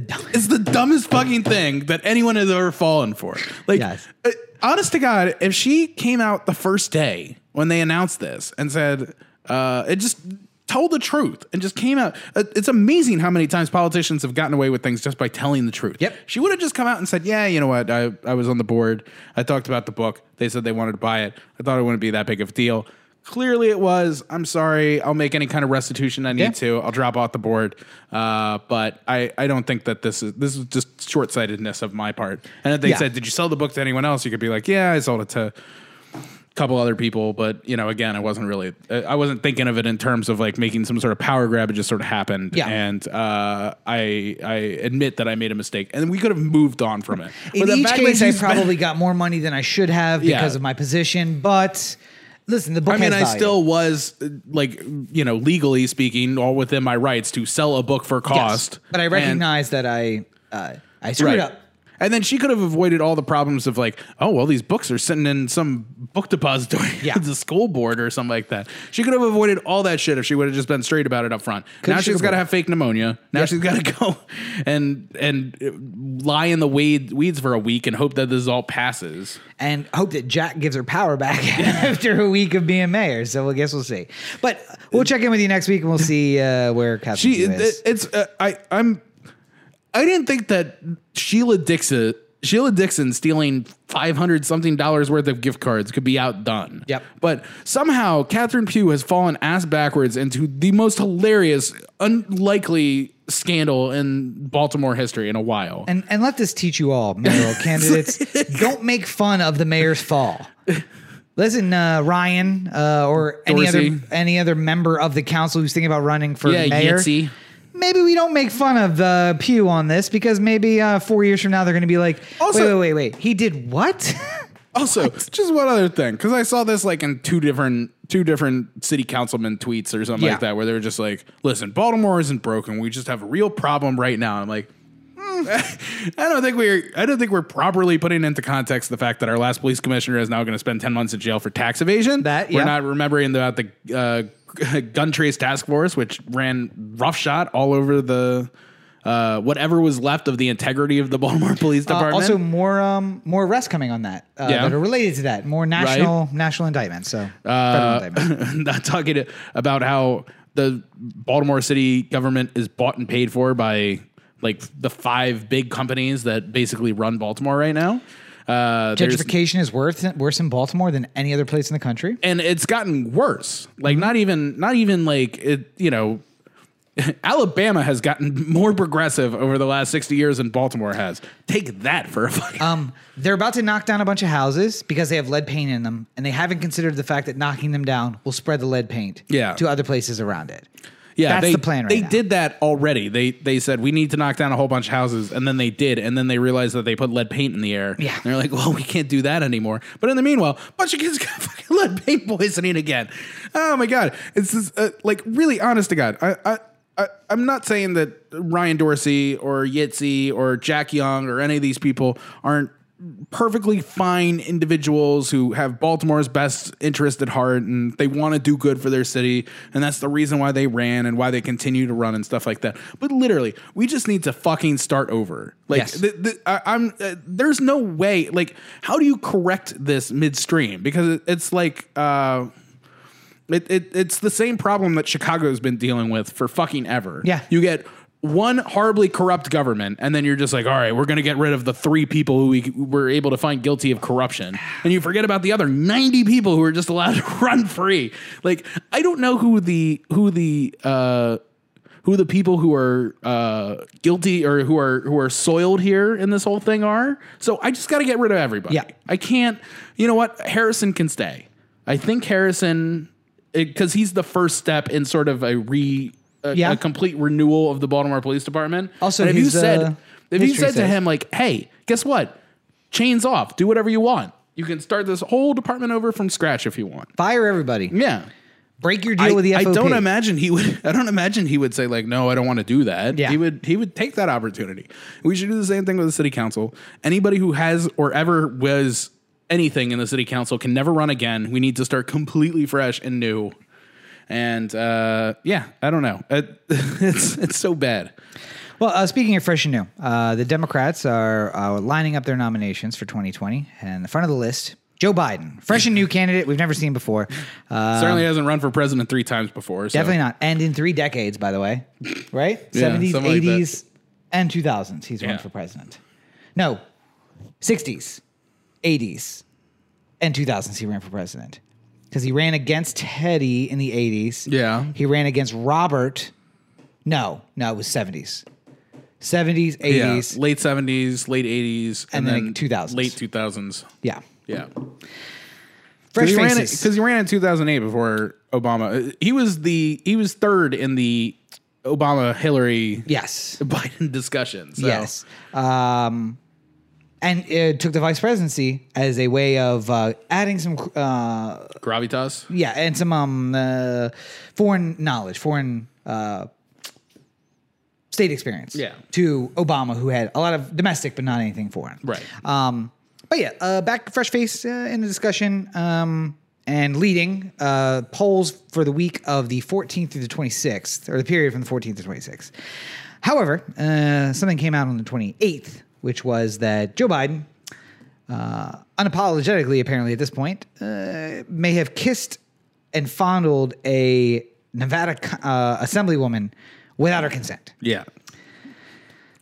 S1: <laughs>
S2: dumb-
S1: it's the dumbest fucking thing that anyone has ever fallen for. Like,
S2: Yes.
S1: uh, honest to God, if she came out the first day when they announced this and said, uh, it just told the truth and just came out. uh, It's amazing how many times politicians have gotten away with things just by telling the truth.
S2: Yep.
S1: She would have just come out and said, yeah, you know what? I, I was on the board. I talked about the book. They said they wanted to buy it. I thought it wouldn't be that big of a deal. Clearly it was. I'm sorry. I'll make any kind of restitution I need
S2: Yeah.
S1: to to. I'll drop off the board. Uh, but I, I don't think that this is this is just short sightedness of my part. And if they
S2: Yeah.
S1: said, "Did you sell the book to anyone else?" You could be like, "Yeah, I sold it to a couple other people." But you know, again, I wasn't really uh, I wasn't thinking of it in terms of like making some sort of power grab. It just sort of happened.
S2: Yeah.
S1: And uh, I I admit that I made a mistake, and we could have moved on from it. But
S2: in
S1: the
S2: each
S1: fact that
S2: case, I
S1: she's been-
S2: probably got more money than I should have
S1: Yeah.
S2: because of my position, but listen, the book
S1: I mean,
S2: has
S1: I
S2: value.
S1: still was uh, like, you know, legally speaking, all within my rights to sell a book for
S2: Yes.
S1: cost.
S2: But I
S1: And-
S2: recognize that I uh, I screwed
S1: Right.
S2: up.
S1: And then she could have avoided all the problems of like, oh well, these books are sitting in some book depository <laughs>
S2: Yeah.
S1: at the school board or something like that. She could have avoided all that shit if she would have just been straight about it up front. now
S2: shoulda,
S1: she's got to
S2: woulda.
S1: have fake pneumonia. Now she's got to <laughs> go and and lie in the weed, weeds for a week and hope that this all passes.
S2: and hope that Jack gives her power back <laughs> after a week of being mayor. So I guess we'll see. But we'll check in with you next week and we'll see uh, where Catherine
S1: She
S2: Hugh is.
S1: it, it's uh, I I'm I didn't think that Sheila Dixon Sheila Dixon stealing five hundred something dollars worth of gift cards could be outdone.
S2: Yep.
S1: But somehow Catherine Pugh has fallen ass backwards into the most hilarious, unlikely scandal in Baltimore history in a while.
S2: and, and let this teach you
S1: <laughs>
S2: all, mayoral candidates. Don't make fun of the mayor's fall. Listen, uh, Ryan, uh, or any
S1: Dorsey.
S2: other any other member of the council who's thinking about running for
S1: yeah,
S2: mayor,
S1: Yitzy.
S2: maybe we don't make fun of uh, Pew on this because maybe uh, four years from now they're going to be like,
S1: Also-
S2: wait, wait, wait, wait, he did what? <laughs>
S1: Also, just one other thing, because I saw this like in two different two different city councilman tweets or something
S2: Yeah.
S1: like that, where they were just like, "Listen, Baltimore isn't broken. We just have a real problem right now." I'm like, hmm, <laughs> I don't think we're I don't think we're properly putting into context the fact that our last police commissioner is now going to spend ten months in jail for tax evasion.
S2: That,
S1: we're
S2: yeah.
S1: not remembering about the uh, <laughs> gun trace task force, which ran roughshod all over the. Uh, whatever was left of the integrity of the Baltimore Police
S2: Uh,
S1: Department.
S2: also, more um, more arrests coming on that uh,
S1: Yeah.
S2: that are related to that. More national national indictments. So
S1: Uh,
S2: federal
S1: <laughs>
S2: indictments.
S1: not talking about how the Baltimore city government is bought and paid for by like the five big companies that basically run Baltimore right now. Uh, <clears throat> there's-
S2: gentrification is worse worse in Baltimore than any other place in the country.
S1: and it's gotten worse. Like not even not even like it, you know, <laughs> Alabama has gotten <laughs> more progressive over the last 60 years than Baltimore has. Take that for a fucking
S2: Um, they're about to knock down a bunch of houses because they have lead paint in them, and they haven't considered the fact that knocking them down will spread the lead paint
S1: Yeah.
S2: to other places around it.
S1: Yeah,
S2: That's
S1: they,
S2: the plan right
S1: They
S2: now.
S1: did that already. They they said we need to knock down a whole bunch of houses, and then they did, and then they realized that they put lead paint in the air.
S2: Yeah.
S1: And they're like, well, we can't do that anymore. But in the meanwhile, a bunch of kids <laughs> got fucking lead paint poisoning again. Oh my god, it's just, uh, like really honest to god. I, I I I'm not saying that Ryan Dorsey or Yitzi or Jack Young or any of these people aren't perfectly fine individuals who have Baltimore's best interest at heart and they want to do good for their city. And that's the reason why they ran and why they continue to run and stuff like that. But literally, we just need to fucking start over. Like,
S2: Yes.
S1: th- th- I, I'm, uh, there's no way, like, how do you correct this midstream? Because it, it's like, uh, it, it, it's the same problem that Chicago's been dealing with for fucking ever.
S2: Yeah.
S1: You get one horribly corrupt government, and then you're just like, all right, we're going to get rid of the three people who we were able to find guilty of corruption. And you forget about the other 90 people who are just allowed to <laughs> run free. Like, I don't know who the, who the, uh, who the people who are uh, guilty or who are who are soiled here in this whole thing are. So I just got to get rid of everybody.
S2: Yeah.
S1: I can't. You know what? Harrison can stay. I think Harrison, because he's the first step in sort of a re, a,
S2: Yeah.
S1: a complete renewal of the Baltimore Police Department.
S2: Also,
S1: And if you
S2: he's,
S1: said,
S2: uh,
S1: if you
S2: history
S1: said to
S2: says.
S1: him like, "Hey, guess what? Chains off. Do whatever you want. You can start this whole department over from scratch if you want."
S2: Fire everybody.
S1: Yeah.
S2: Break your deal
S1: I,
S2: with the
S1: I
S2: FOP.
S1: don't imagine he would. <laughs> I don't imagine he would say like, "No, I don't want to do that."
S2: Yeah.
S1: He would. He would take that opportunity. We should do the same thing with the city council. Anybody who has or ever was anything in the city council can never run again. We need to start completely fresh and new. And uh, yeah, I don't know. It- <laughs> it's it's so bad.
S2: Well, uh, speaking of fresh and new, uh, the Democrats are uh, lining up their nominations for 2020, and the front of the list, Joe Biden, fresh and new
S1: <laughs>
S2: candidate we've never seen before. Uh,
S1: Certainly hasn't run for president three times before. So.
S2: Definitely not. And in three decades, by the way, right?
S1: Yeah,
S2: Seventies,
S1: something like that.
S2: eighties, and two thousands. He's
S1: Yeah.
S2: run for president. No, sixties, eighties, and two thousands. He ran for president because he ran against Teddy in the eighties.
S1: Yeah.
S2: he ran against Robert. No, no, it was seventies, seventies,
S1: Yeah,
S2: eighties.
S1: late seventies, late eighties,
S2: And then, like, 2000s.
S1: late two thousands.
S2: Yeah,
S1: Yeah.
S2: fresh faces.
S1: because he ran in 2008 before Obama. Uh, He was the he was third in the Obama Hillary <laughs>
S2: yes,
S1: Biden discussion. So.
S2: Yes. Um, and it took the vice presidency as a way of uh, adding some, uh,
S1: gravitas.
S2: yeah, and some um, uh, foreign knowledge, foreign uh, state experience
S1: Yeah.
S2: to Obama, who had a lot of domestic but not anything foreign.
S1: Right.
S2: Um, but yeah, uh, back to Fresh Face uh, in the discussion um, and leading uh, polls for the week of the 14th through the 26th, or the period from the 14th to 26th. However, uh, something came out on the 28th, which was that Joe Biden, uh, unapologetically apparently at this point, uh, may have kissed and fondled a Nevada uh, assemblywoman without her consent.
S1: Yeah.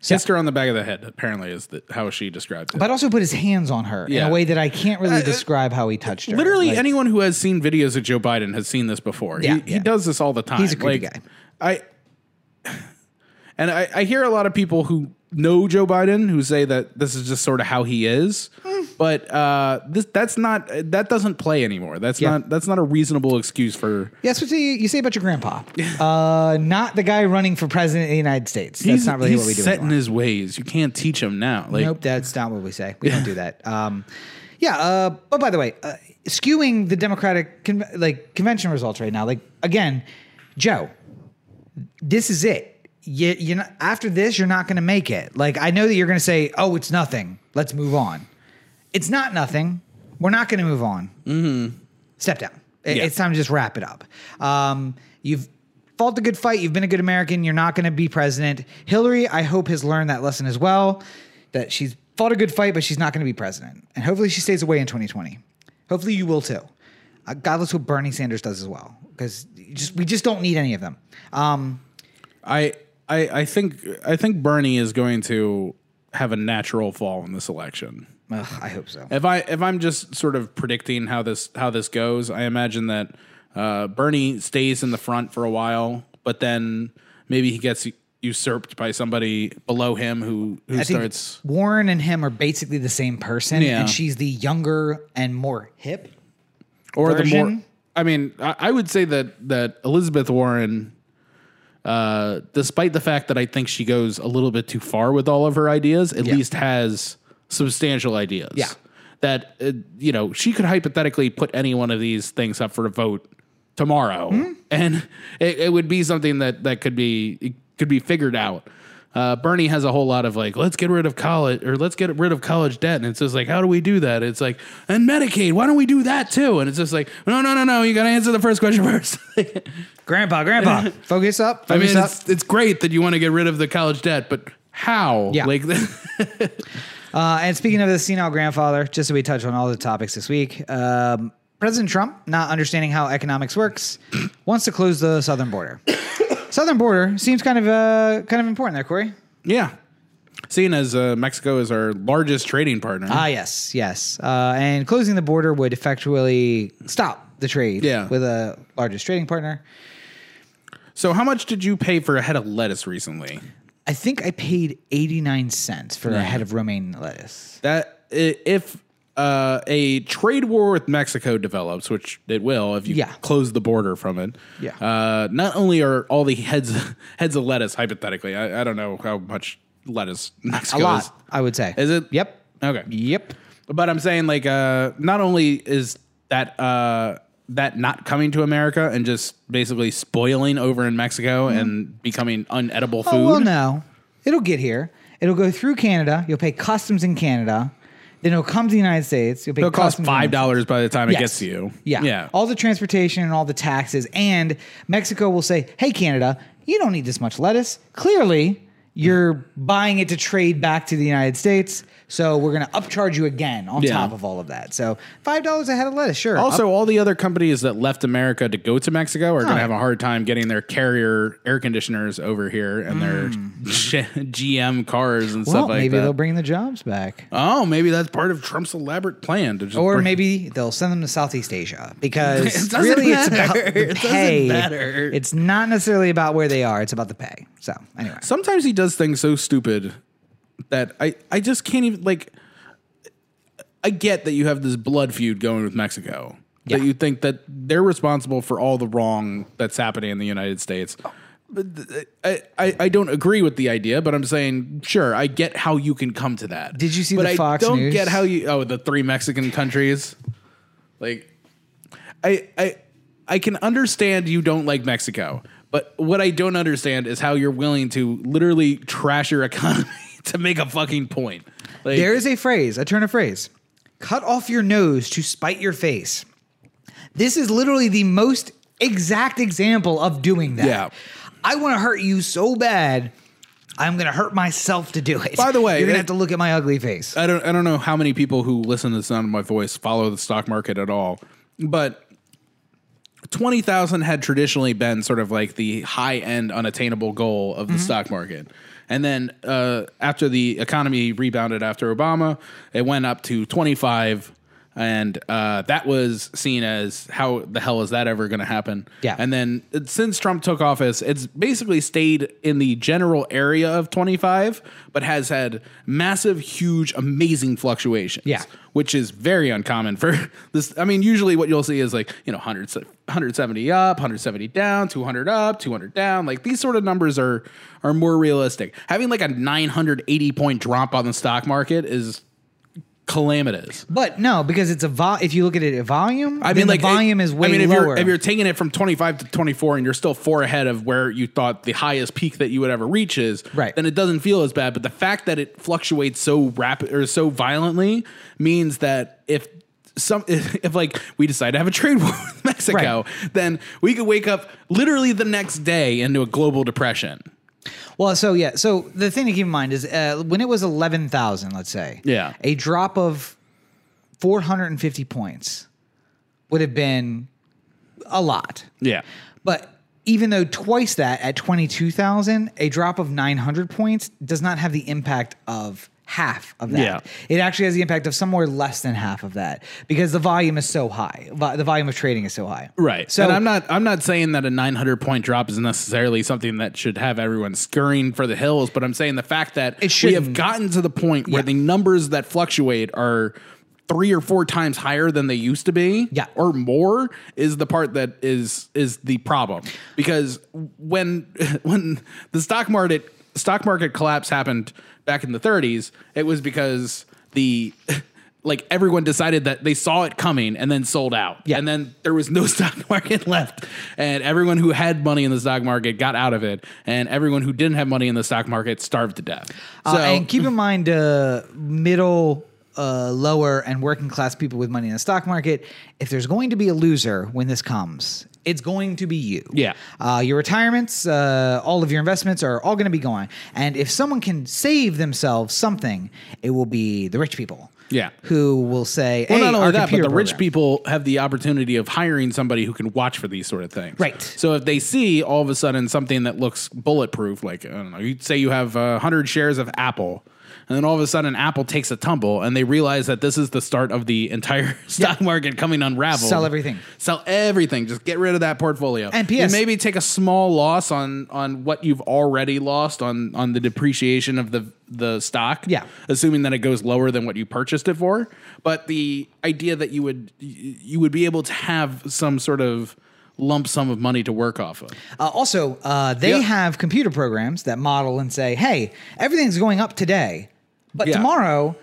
S1: Kissed her on the back of the head, apparently, is the, how she described it.
S2: But also put his hands on her in
S1: Yeah. Uh,
S2: a way that I can't really describe how he touched her.
S1: Literally,
S2: Like-
S1: anyone who has seen videos of Joe Biden has seen this before.
S2: Yeah,
S1: he, he
S2: yeah.
S1: does this all the time.
S2: He's a creepy guy.
S1: I and I, I hear a lot of people who know Joe Biden who say that this is just sort of how he is.
S2: Hmm.
S1: But uh, this that's not that doesn't play anymore. That's
S2: Yeah.
S1: not that's not a reasonable excuse for
S2: Yeah, that's what you, you say about
S1: <laughs>
S2: your grandpa. uh, not the guy running for president of the United States. That's
S1: he's,
S2: not really
S1: he's
S2: what we do.
S1: set in
S2: anymore.
S1: his ways. You can't teach him now. Like
S2: nope, that's not what we say. We don't do that. Um, yeah, uh, but by the way, uh, skewing the Democratic con- like convention results right now. Like again, Joe, this is it. You, you're not, after this, you're not going to make it. Like I know that you're going to say, "Oh, it's nothing. Let's move on." It's not nothing. We're not going to move on. step down. I-
S1: Yeah.
S2: It's time to just wrap it up. Um, you've fought a good fight. You've been a good American. You're not going to be president. Hillary, I hope, has learned that lesson as well that she's fought a good fight, but she's not going to be president. And hopefully she stays away in 2020. Hopefully you will too. Uh, God bless what Bernie Sanders does as well, because just we just don't need any of them. Um,
S1: I I I think I think Bernie is going to have a natural fall in this election.
S2: ugh, I hope so.
S1: If I if I'm just sort of predicting how this how this goes, I imagine that uh, Bernie stays in the front for a while, but then maybe he gets usurped by somebody below him who who
S2: I think
S1: starts.
S2: Warren and him are basically the same person,
S1: Yeah.
S2: and she's the younger and more hip.
S1: or the more
S2: version?
S1: i mean I, I would say that that elizabeth warren uh despite the fact that i think she goes a little bit too far with all of her ideas at least has substantial ideas
S2: Yeah.
S1: that uh, you know she could hypothetically put any one of these things up for a vote tomorrow and it, it would be something that that could be it could be figured out uh, Bernie has a whole lot of like, let's get rid of college or let's get rid of college debt. And it's just like, how do we do that? It's like, and Medicaid, why don't we do that too? And it's just like, no, no, no, no, you got to answer the first question <laughs> first. <laughs>
S2: Grandpa, grandpa, focus up.
S1: I mean,
S2: Focus up.
S1: it's, it's great that you want to get rid of the college debt, but how?
S2: Yeah.
S1: Like, <laughs>
S2: Uh, and speaking of the senile grandfather, just so we touch on all the topics this week, um, President Trump, not understanding how economics works, <coughs> wants to close the southern border. <coughs> southern border seems kind of uh, kind of important there, Corey.
S1: yeah. Seeing as uh, Mexico is our largest trading partner.
S2: Ah, yes, yes. Uh, and closing the border would effectually stop the trade
S1: Yeah.
S2: with the largest trading partner.
S1: so, how much did you pay for a head of lettuce recently?
S2: I think I paid 89 cents for a head of romaine lettuce.
S1: That i- if uh, a trade war with Mexico develops, which it will, if you
S2: Yeah.
S1: close the border from it,
S2: Yeah.
S1: uh, not only are all the heads <laughs> heads of lettuce hypothetically, I, I don't know how much lettuce
S2: A
S1: Mexico is.
S2: lot, I would say.
S1: Is it?
S2: Yep.
S1: Okay,
S2: Yep.
S1: but I'm saying like uh, not only is that uh, that not coming to America and just basically spoiling over in Mexico and becoming unedible food.
S2: Oh, well, no. It'll get here. It'll go through Canada. You'll pay customs in Canada. Then it'll come to the United States. You'll pay
S1: It'll cost
S2: customs in-
S1: five dollars by the time
S2: Yes.
S1: it gets to you.
S2: Yeah.
S1: yeah.
S2: All the transportation and all the taxes. And Mexico will say, hey, Canada, you don't need this much lettuce. Clearly, you're buying it to trade back to the United States. So we're going to upcharge you again on
S1: Yeah.
S2: top of all of that. So $5 a head of lettuce, sure.
S1: Also, all the other companies that left America to go to Mexico are going to have a hard time getting their carrier air conditioners over here and their <laughs> GM cars and
S2: well,
S1: stuff like
S2: maybe
S1: that.
S2: they'll bring the jobs back.
S1: oh, maybe that's part of Trump's elaborate plan to just
S2: Or
S1: bring-
S2: maybe they'll send them to Southeast Asia
S1: <laughs>
S2: because
S1: It doesn't
S2: really it's about
S1: matter. <laughs> It
S2: the
S1: doesn't
S2: pay.
S1: matter.
S2: It's not necessarily about where they are. It's about the pay. So anyway,
S1: Sometimes he does things so stupid that I I just can't even like. I get that you have this blood feud going with Mexico. That
S2: Yeah.
S1: you think that they're responsible for all the wrong that's happening in the United States.
S2: Oh.
S1: I, I, I don't agree with the idea, but I'm saying, sure, I get how you can come to that.
S2: Did you see
S1: but
S2: the
S1: I
S2: Fox
S1: don't
S2: News?
S1: get how you oh the three Mexican countries. Like I I I can understand you don't like Mexico, But what I don't understand is how you're willing to literally trash your <laughs> economy to make a fucking point. Like,
S2: There is a phrase, a turn of phrase. Cut off your nose to spite your face. This is literally the most exact example of doing that.
S1: Yeah.
S2: I want to hurt you so bad, I'm going to hurt myself to do it.
S1: By the way,
S2: you're going
S1: it-
S2: to have to look at my ugly face.
S1: I don't I don't know how many people who listen to the sound of my voice follow the stock market at all, but twenty thousand had traditionally been sort of like the high end unattainable goal of the stock market. And then uh, after the economy rebounded after Obama, it went up to twenty five, and uh, that was seen as how the hell is that ever going to happen?
S2: Yeah.
S1: And then it, since Trump took office, it's basically stayed in the general area of 25, but has had massive, huge, amazing fluctuations.
S2: Yeah.
S1: Which is very uncommon for <laughs> this. I mean, usually what you'll see is like, you know, 100, 170 up, 170 down, 200 up, 200 down. Like these sort of numbers are are more realistic. Having like a 980 point drop on the stock market is calamitous.
S2: But no, because it's a vol. If you look at it at volume,
S1: I mean, like
S2: the volume
S1: it-
S2: is way
S1: I mean, if
S2: lower.
S1: You're, if you're taking it from 25 to 24 and you're still four ahead of where you thought the highest peak that you would ever reach is,
S2: Right.
S1: then it doesn't feel as bad. But the fact that it fluctuates so rapid or so violently means that if some <laughs> if, like we decide to have a trade <laughs> war with Mexico, then we could wake up literally the next day into a global depression.
S2: Well, so yeah, so the thing to keep in mind is uh, when it was eleven thousand, let's say,
S1: Yeah.
S2: a drop of four hundred and fifty points would have been a lot,
S1: Yeah.
S2: but even though twice that at twenty two thousand, a drop of nine hundred points does not have the impact of half of that.
S1: Yeah.
S2: It actually has the impact of somewhere less than half of that because the volume is so high. Vo- The volume of trading is so high.
S1: Right.
S2: So
S1: So I'm not I'm not saying that a 900 point drop is necessarily something that should have everyone scurrying for the hills, but I'm saying the fact that
S2: It
S1: we
S2: shouldn't.
S1: have gotten to the point where
S2: Yeah.
S1: the numbers that fluctuate are three or four times higher than they used to be
S2: Yeah.
S1: or more is the part that is is the problem because when <laughs> when the stock market stock market collapse happened back in the 30s it was because the <laughs> like everyone decided that they saw it coming and then sold out
S2: Yeah.
S1: and then there was no <laughs> stock market left and everyone who had money in the stock market got out of it and everyone who didn't have money in the stock market starved to death
S2: Uh,
S1: so
S2: and keep in mind, uh, middle, uh, lower, and working class people with money in the stock market. If there's going to be a loser when this comes, it's going to be you.
S1: Yeah.
S2: Uh, your retirements, uh, all of your investments are all going to be gone. And if someone can save themselves something, it will be the rich people.
S1: Yeah.
S2: Who will say,
S1: Well,
S2: hey,
S1: not only
S2: our
S1: that, but the
S2: computer
S1: rich
S2: program.
S1: people have the opportunity of hiring somebody who can watch for these sort of things.
S2: Right.
S1: So if they see all of a sudden something that looks bulletproof, like, I don't know, you say you have uh, 100 shares of Apple, and then all of a sudden Apple takes a tumble, and they realize that this is the start of the entire <laughs> stock market coming unraveled.
S2: Sell everything.
S1: Sell everything. Just get rid of that portfolio.
S2: And PS
S1: You maybe take a small loss on on what you've already lost on on the depreciation of the the stock
S2: Yeah.
S1: assuming that it goes lower than what you purchased it for. But the idea that you would you would be able to have some sort of lump sum of money to work off of.
S2: Uh, also, uh, they
S1: Yeah.
S2: have computer programs that model and say, hey, everything's going up today, but
S1: Yeah.
S2: tomorrow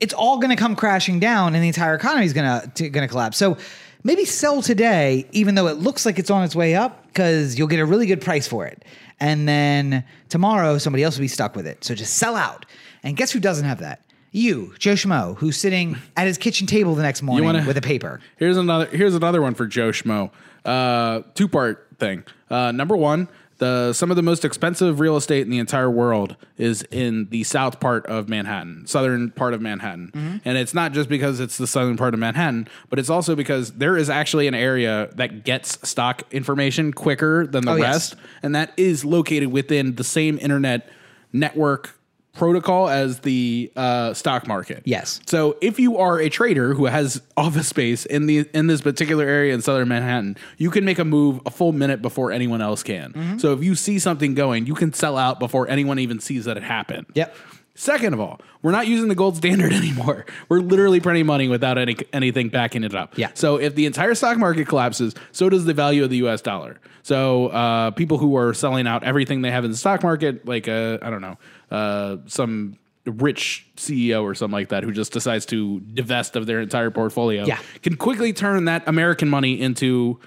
S2: it's all going to come crashing down and the entire economy is going to going to collapse. So maybe sell today, even though it looks like it's on its way up, because you'll get a really good price for it. And then tomorrow somebody else will be stuck with it. So just sell out. And guess who doesn't have that? You, Joe Schmo, who's sitting at his kitchen table the next morning
S1: wanna-
S2: with a paper.
S1: Here's another here's another one for Joe Schmo. Uh, two part thing. Uh, number one, the some of the most expensive real estate in the entire world is in the south part of Manhattan, southern part of Manhattan,
S2: Mm-hmm.
S1: and it's not just because it's the southern part of Manhattan, but it's also because there is actually an area that gets stock information quicker than the
S2: Oh, yes.
S1: rest, and that is located within the same internet network protocol as the uh, stock market.
S2: Yes.
S1: So if you are a trader who has office space in the in this particular area in southern Manhattan, you can make a move a full minute before anyone else can. So if you see something going, you can sell out before anyone even sees that it happened.
S2: Yep.
S1: Second of all, we're not using the gold standard <laughs> anymore. We're literally printing money without any anything backing it up.
S2: Yeah.
S1: So if the entire stock market collapses, so does the value of the U.S. dollar. So uh, people who are selling out everything they have in the stock market, like uh, I don't know, uh, some rich CEO or something like that, who just decides to divest of their entire portfolio,
S2: Yeah.
S1: can quickly turn that American money into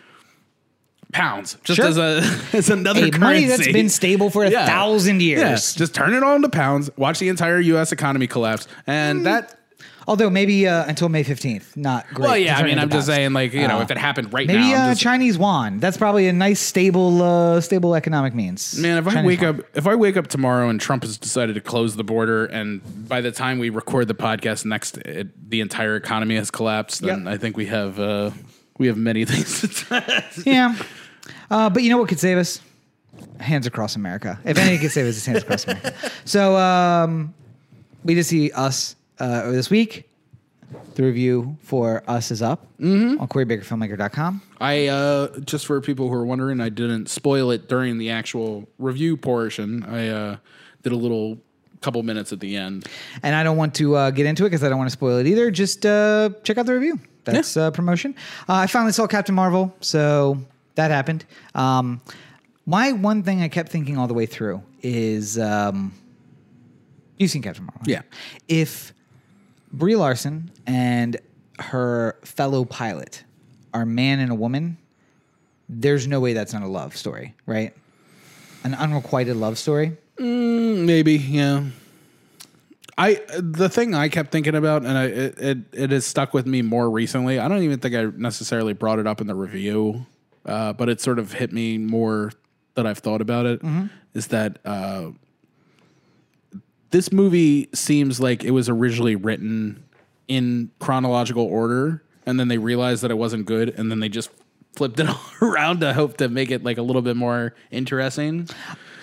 S1: pounds, just
S2: Sure.
S1: as a <laughs> as another
S2: A
S1: currency.
S2: money that's been stable for a thousand years.
S1: Just turn it on to pounds. Watch the entire U.S. economy collapse, and
S2: Mm.
S1: that.
S2: Hmm. Although maybe uh, until May fifteenth, not great.
S1: Well, yeah.
S2: to
S1: I
S2: turn
S1: mean,
S2: into
S1: I'm just
S2: pounds. Uh,
S1: saying, like you know, if it happened right
S2: Maybe
S1: now, I'm
S2: uh,
S1: just-
S2: Chinese yuan. That's probably a nice stable, uh, stable economic means.
S1: Man, if I
S2: Chinese
S1: wake
S2: yuan.
S1: up if I wake up tomorrow and Trump has decided to close the border, and by the time we record the podcast next, it, the entire economy has collapsed, then
S2: Yep.
S1: I think we have uh, we have many <laughs> things to test.
S2: yeah. Uh, but you know what could save us? Hands across America. If anything could save us, it's hands across
S1: <laughs>
S2: America. So um, we just see us uh, this week. The review for us is up
S1: Mm-hmm.
S2: on QueryBakerFilmmaker.com.
S1: I uh, just for people who are wondering, I didn't spoil it during the actual review portion. I uh, did a little couple minutes at the end.
S2: And I don't want to uh, get into it because I don't want to spoil it either. Just uh, check out the review. That's uh, promotion. Uh, I finally saw Captain Marvel, so that happened. Um, my one thing I kept thinking all the way through is um, you've seen Captain Marvel.
S1: Yeah.
S2: If Brie Larson and her fellow pilot are a man and a woman, there's no way that's not a love story, right? An unrequited love story.
S1: Maybe, yeah. I the thing I kept thinking about, and I, it, it it has stuck with me more recently. I don't even think I necessarily brought it up in the review, uh, but it sort of hit me more that I've thought about it. Is that uh, this movie seems like it was originally written in chronological order, and then they realized that it wasn't good, and then they just flipped it <laughs> all around to hope to make it like a little bit more interesting.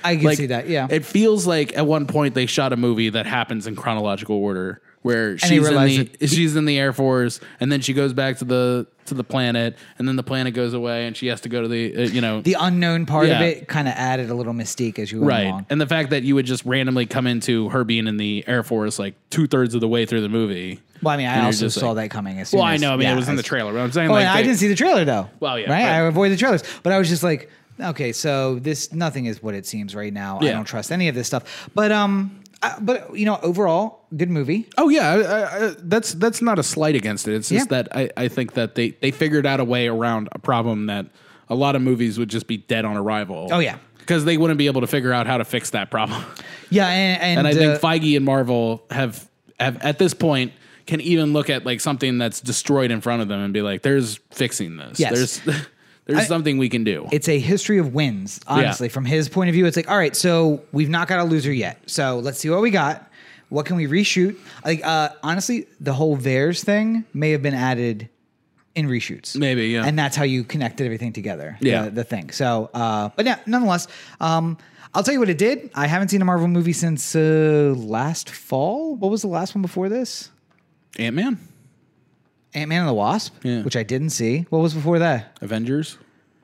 S2: I can
S1: Like,
S2: see that, yeah.
S1: It feels like at one point they shot a movie that happens in chronological order where
S2: they
S1: she's in,
S2: realized
S1: the, she's in the Air Force and then she goes back to the to the planet and then the planet goes away and she has to go to the uh, you know
S2: the unknown part of
S1: Yeah.
S2: it kind of added a little mystique as you went
S1: right
S2: along.
S1: and the fact that you would just randomly come into her being in the Air Force like two thirds of the way through the movie.
S2: Well, I mean,
S1: And
S2: I
S1: you're
S2: also
S1: just
S2: saw
S1: like-
S2: that coming. As soon
S1: Well, I
S2: as-
S1: know. I mean,
S2: yeah,
S1: it was in the
S2: as-
S1: trailer. But I'm saying
S2: Oh,
S1: like
S2: and I
S1: they-
S2: didn't see the trailer though.
S1: Well, yeah,
S2: right.
S1: but-
S2: I avoid the trailers, but I was just like, okay, so this nothing is what it seems right now. I
S1: Yeah.
S2: don't trust any of this stuff. But um, I, but you know, overall, good movie.
S1: Oh yeah, I, I, I, that's that's not a slight against it. It's just
S2: Yeah.
S1: that I, I think that they they figured out a way around a problem that a lot of movies would just be dead on arrival.
S2: Oh, yeah.
S1: because they wouldn't be able to figure out how to fix that problem. <laughs>
S2: Yeah, and and,
S1: And I
S2: uh,
S1: think Feige and Marvel have have at this point can even look at like something that's destroyed in front of them and be like, "There's fixing this.
S2: Yes.
S1: There's <laughs> there's something we can do."
S2: it's a history of wins. Honestly, from his point of view, it's like, all right, so we've not got a loser yet. So let's see what we got. What can we reshoot? Like, uh, honestly, the whole Vares thing may have been added in reshoots.
S1: Maybe, yeah.
S2: And that's how you connected everything together. the-
S1: Yeah.
S2: The, thing. So, uh, but yeah, nonetheless, um, I'll tell you what it did. I haven't seen a Marvel movie since uh, last fall. What was the last one before this?
S1: Ant Man,
S2: Ant Man and the Wasp,
S1: Yeah.
S2: which I didn't see. What was before that?
S1: Avengers.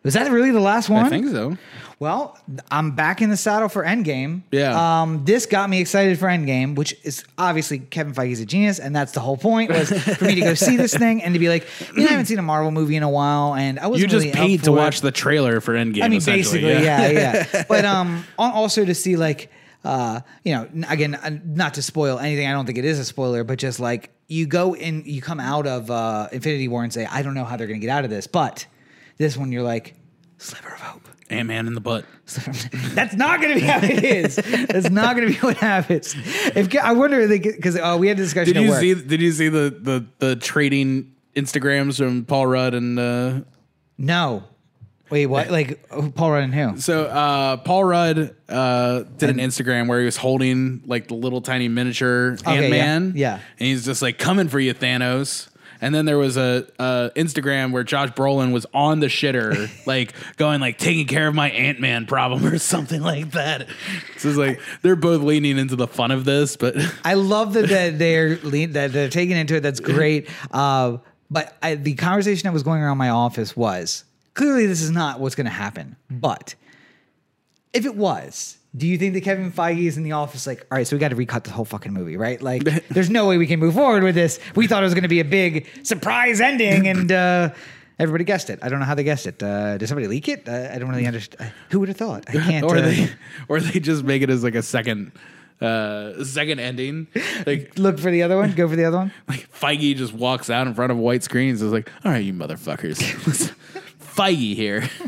S2: Was that really the last one?
S1: I think so.
S2: Well, I'm back in the saddle for Endgame.
S1: Yeah.
S2: Um, this got me excited for Endgame, which is obviously Kevin Feige's a genius, and that's the whole point was for me to go see this thing and to be like, you know, I haven't seen a Marvel movie in a while, and I was
S1: You just paid to watch the trailer for Endgame.
S2: I mean,
S1: essentially, <laughs>
S2: basically, yeah, yeah. But um, al- also to see like, uh, you know, n- again, uh, not to spoil anything. I don't think it is a spoiler, but just like you go in, you come out of uh, Infinity War and say, I don't know how they're going to get out of this, but this one, you're like, sliver of hope.
S1: Ant Man in the butt.
S2: That's not going to be how it
S1: <laughs>
S2: is. That's not going to be what happens. If I wonder, because uh, we had a discussion
S1: Did
S2: at
S1: you
S2: work.
S1: see? Did you see the the the trading Instagrams from Paul Rudd and uh,
S2: no. Wait,
S1: Eh.
S2: what? Like oh, Paul Rudd and who?
S1: so uh, Paul Rudd uh, did an Instagram where he was holding like the little tiny miniature
S2: yeah,
S1: Ant Man,
S2: yeah.
S1: and he's just like coming for you, Thanos. And then there was a, a Instagram where Josh Brolin was on the
S2: <laughs>
S1: shitter, like going like taking care of my Ant Man problem or something like that. So it's like they're both leaning into the fun of this, but <laughs>
S2: I love that that they're lean, that they're taking into it. That's great. Uh, but I, the conversation that was going around my office was clearly this is not what's going to happen. But if it was, do you think that Kevin Feige is in the office like, all right, so we got to recut the whole fucking movie, right? Like,
S1: <laughs>
S2: there's no way we can move forward with this. We thought it was going to be a big surprise ending, and uh, everybody guessed it. I don't know how they guessed it. Uh, did somebody leak it? Uh, I don't really understand. Who would have thought? I
S1: <laughs>
S2: can't.
S1: or
S2: uh, <laughs>
S1: they or they just make it as like a second uh second ending
S2: <laughs>
S1: like
S2: look for the other one. Go for the other one.
S1: like feige just <laughs>
S2: <laughs>
S1: walks out in front of white screens is like all right you motherfuckers feige here <laughs>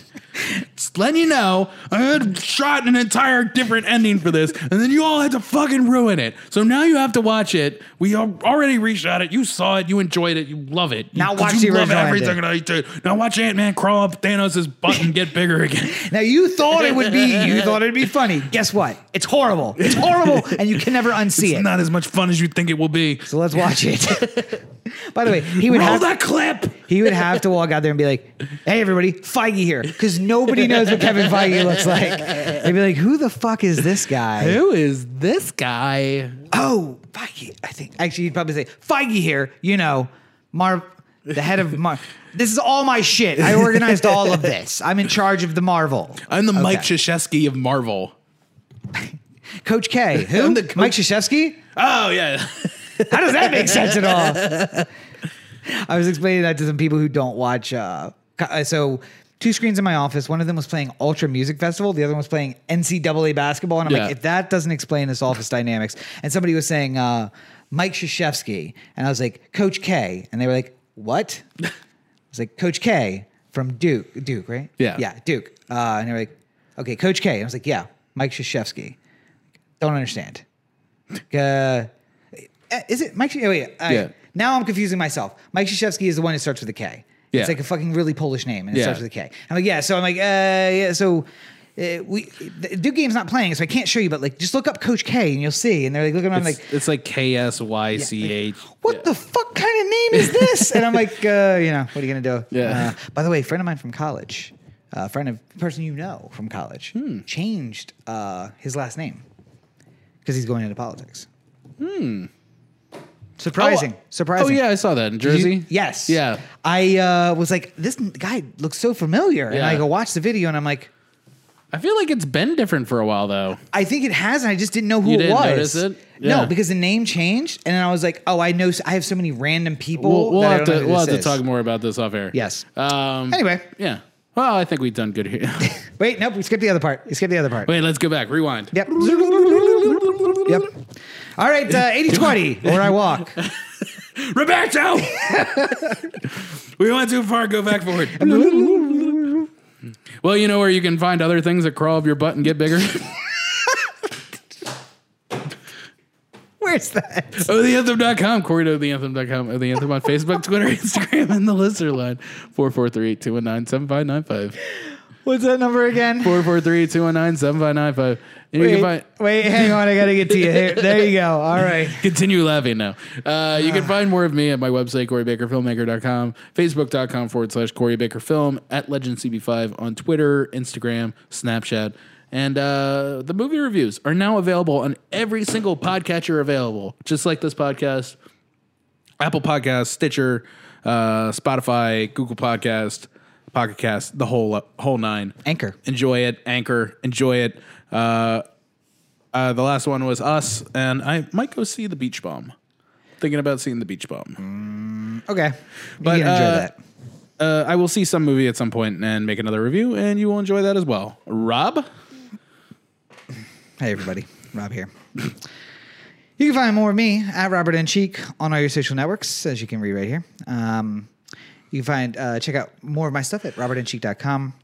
S1: Just letting you know, I had shot an entire different ending for this, and then you all had to fucking ruin it. So now you have to watch it. We al- already reshot it. You saw it. You enjoyed it. You love it. You-
S2: Now
S1: 'cause
S2: watch
S1: you
S2: the
S1: love
S2: original
S1: everything
S2: ending.
S1: I did. Now watch Ant Man crawl up Thanos' butt and get
S2: <laughs>
S1: bigger again.
S2: Now you thought it would be
S1: <laughs>
S2: you thought it'd be funny. Guess what? It's horrible. It's horrible, and you can never unsee
S1: It's
S2: it.
S1: not as much fun as you think it will be.
S2: so let's watch it. <laughs> By the way, he would
S1: Roll
S2: have
S1: that clip.
S2: he would have to walk out there and be like, "Hey, everybody, Feige here," because nobody knows what Kevin Feige looks like. They'd be like, "Who the fuck is this guy?"
S1: Who is this guy?
S2: Oh, Feige. I think actually he'd probably say Feige here. You know, Marv, the head of Marv. This is all my shit. I organized all of this. I'm in charge of the Marvel.
S1: I'm the Mike
S2: Okay.
S1: Krzyzewski of Marvel.
S2: Coach K. Who?
S1: <laughs> I'm the coach-
S2: Mike Krzyzewski?
S1: Oh yeah.
S2: How does that make sense at all? <laughs> I was explaining that to some people who don't watch. Uh, co- uh, so, two screens in my office. One of them was playing Ultra Music Festival. The other one was playing NCAA basketball. And I'm
S1: Yeah.
S2: like, if that doesn't explain this office dynamics. And somebody was saying uh, Mike Krzyzewski, and I was like, Coach K, and they were like, <laughs> what? I was like, Coach K from Duke, Duke, right?
S1: Yeah.
S2: yeah, Duke. Uh, and they were like, okay, Coach K. I was like, yeah, Mike Krzyzewski. Don't understand. Uh, is it Mike? Krzyz- Oh, yeah. I-
S1: Yeah.
S2: Now I'm confusing myself. Mike Krzyzewski is the one who starts with a K.
S1: Yeah.
S2: It's like a fucking really Polish name, and it
S1: Yeah.
S2: starts with a K. I'm like, yeah. So I'm like, uh, yeah. So uh, we the Duke game's not playing, so I can't show you. But like, just look up Coach K, and you'll see. And they're like, looking, I'm like,
S1: it's <laughs> like K S Y C H.
S2: what the fuck kind of name is
S1: <laughs>
S2: this? and I'm like, uh, you know, what are you gonna do?
S1: Yeah.
S2: Uh, by the way, a friend of mine from college, uh, a friend of person you know from college,
S1: Hmm.
S2: changed uh, his last name because he's going into politics. Hmm. Surprising. Surprising.
S1: Oh yeah, I saw that in Jersey.
S2: You- yes.
S1: Yeah.
S2: I uh, was like, this n- guy looks so familiar, and
S1: Yeah.
S2: I go watch the video, and I'm like,
S1: I feel like it's been different for a while though.
S2: I think it has, and I just didn't know who
S1: You
S2: it
S1: didn't
S2: was.
S1: notice it? Yeah.
S2: No, because the name changed, and then I was like, oh, I know, s- I have so many random people.
S1: We'll, we'll
S2: that I
S1: have
S2: don't know
S1: to
S2: who
S1: we'll have
S2: this
S1: to
S2: is.
S1: talk more about this off air.
S2: Yes.
S1: Um,
S2: Anyway,
S1: Yeah. Well, I think we've done good here. <laughs>
S2: wait, nope, we skipped the other part. We skipped the other part.
S1: Wait, let's go back. Rewind.
S2: Yep. Yep. All right, uh, 80 20, where
S1: <laughs>
S2: I walk.
S1: Roberto. <laughs> we went too far. Go back <laughs> forward. well, you know where you can find other things that crawl up your butt and get <laughs> bigger.
S2: Where's that?
S1: Oh, OTheAnthem.com, Corey to OTheAnthem.com, OTheAnthem oh, on Facebook, Twitter, <laughs> Instagram, and the listener line 443 219 7595.
S2: What's that number again?
S1: 443 219 7595. And you can
S2: Wait,
S1: find.
S2: wait, hang on, I gotta get to you. There, there you go. All right.
S1: <laughs> Continue laughing now. Uh, you can find more of me at my website, CoreyBakerFilmmaker.com, Facebook.com forward slash Corey Baker Film, at LegendCB5 on Twitter, Instagram, Snapchat. And uh, the movie reviews are now available on every single podcatcher available, just like this podcast. Apple Podcast, Stitcher, uh, Spotify, Google Podcast, Pocket Cast, the whole whole nine.
S2: Anchor.
S1: enjoy it. Anchor, enjoy it. Uh, uh, the last one was us, and I might go see the Beach Bomb. Thinking about seeing the Beach Bomb.
S2: Okay.
S1: But,
S2: you can Mm. enjoy
S1: uh,
S2: that.
S1: Uh, I will see some movie at some point and make another review, and you will enjoy that as well. Rob,
S2: Hey, everybody. Rob here. You can find more of me at Robert and Cheek on all your social networks, as you can read right here. Um, you can find uh, check out more of my stuff at robertandcheek.com,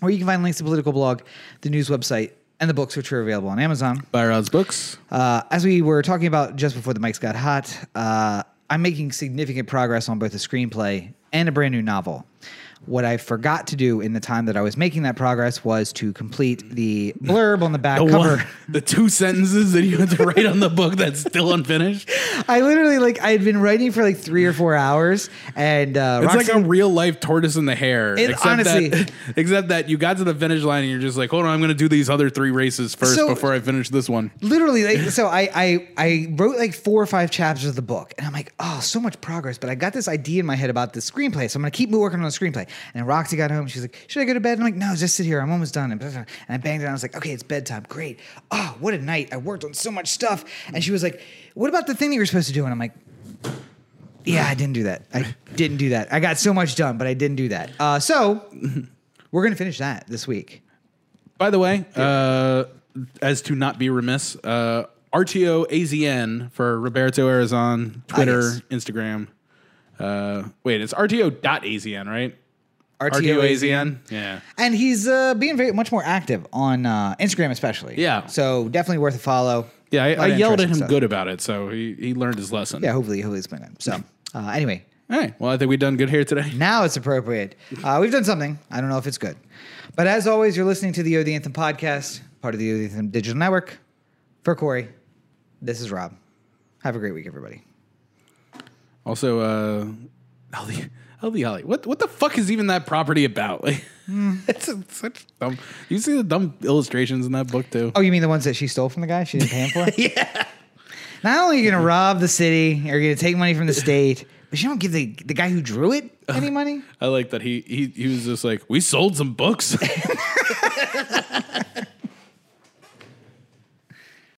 S2: where you can find links to political blog, the news website, and the books which are available on Amazon.
S1: buy Rob's books.
S2: Uh, as we were talking about just before the mics got hot, uh, I'm making significant progress on both a screenplay and a brand new novel. What I forgot to do in the time that I was making that progress was to complete the blurb on the back
S1: The,
S2: cover. <laughs>
S1: one, <laughs> the two sentences that you had to write on the book that's still unfinished.
S2: I literally like I had been writing for like three or four hours, and uh,
S1: It's like a
S2: Roxanne-
S1: real life tortoise in the hare.
S2: It- honestly-
S1: that, <laughs> except that you got to the finish line and you're just like, hold on, I'm going to do these other three races first
S2: So-
S1: before I finish this one.
S2: literally like so I, I I wrote like four or five chapters of the book, and I'm like, oh, so much progress. But I got this idea in my head about the screenplay, so I'm gonna keep working on the screenplay. And Roxy got home, she's like, should I go to bed? I'm like, no, just sit here. I'm almost done. And blah, blah, blah. And I banged it. on. I was like, okay, it's bedtime. Great. Oh, what a night! I worked on so much stuff. And she was like, what about the thing that you're supposed to do? And I'm like. Yeah, I didn't do that. I didn't do that. I got so much done, but I didn't do that. Uh, so we're gonna finish that this week.
S1: By the way, uh, as to not be remiss, uh, RTO AZN for Roberto Arizon, Twitter,
S2: Ah, yes.
S1: Instagram. Uh, wait, it's RTO.AZN, right?
S2: RTOAZN.
S1: Yeah.
S2: And he's uh, being very much more active on uh, Instagram, especially.
S1: Yeah.
S2: So definitely worth a follow.
S1: Yeah, I,
S2: A lot
S1: I
S2: of
S1: yelled at him
S2: interesting stuff.
S1: good about it, so he, he learned his lesson.
S2: Yeah, hopefully, hopefully it's been good. So, uh, anyway,
S1: All right. Well, I think we've done good here today.
S2: Now it's appropriate. Uh, we've done something. I don't know if it's good. But as always, you're listening to the O The Anthem podcast, part of the O The Anthem Digital Network. For Corey, this is Rob. Have a great week, everybody.
S1: Also, uh, healthy, healthy Holly. What what the fuck is even that property about? <laughs> Like,
S2: Mm.
S1: it's, a- such dumb. You see the dumb illustrations in that book too.
S2: Oh, you mean the ones that she stole from the guy she didn't pay him for?
S1: <laughs>
S2: yeah. Not only are you going to rob the city, you're going to take money from the state, but you don't give the, the guy who drew it any money?
S1: <laughs> I like that he he he was just like, we sold some books.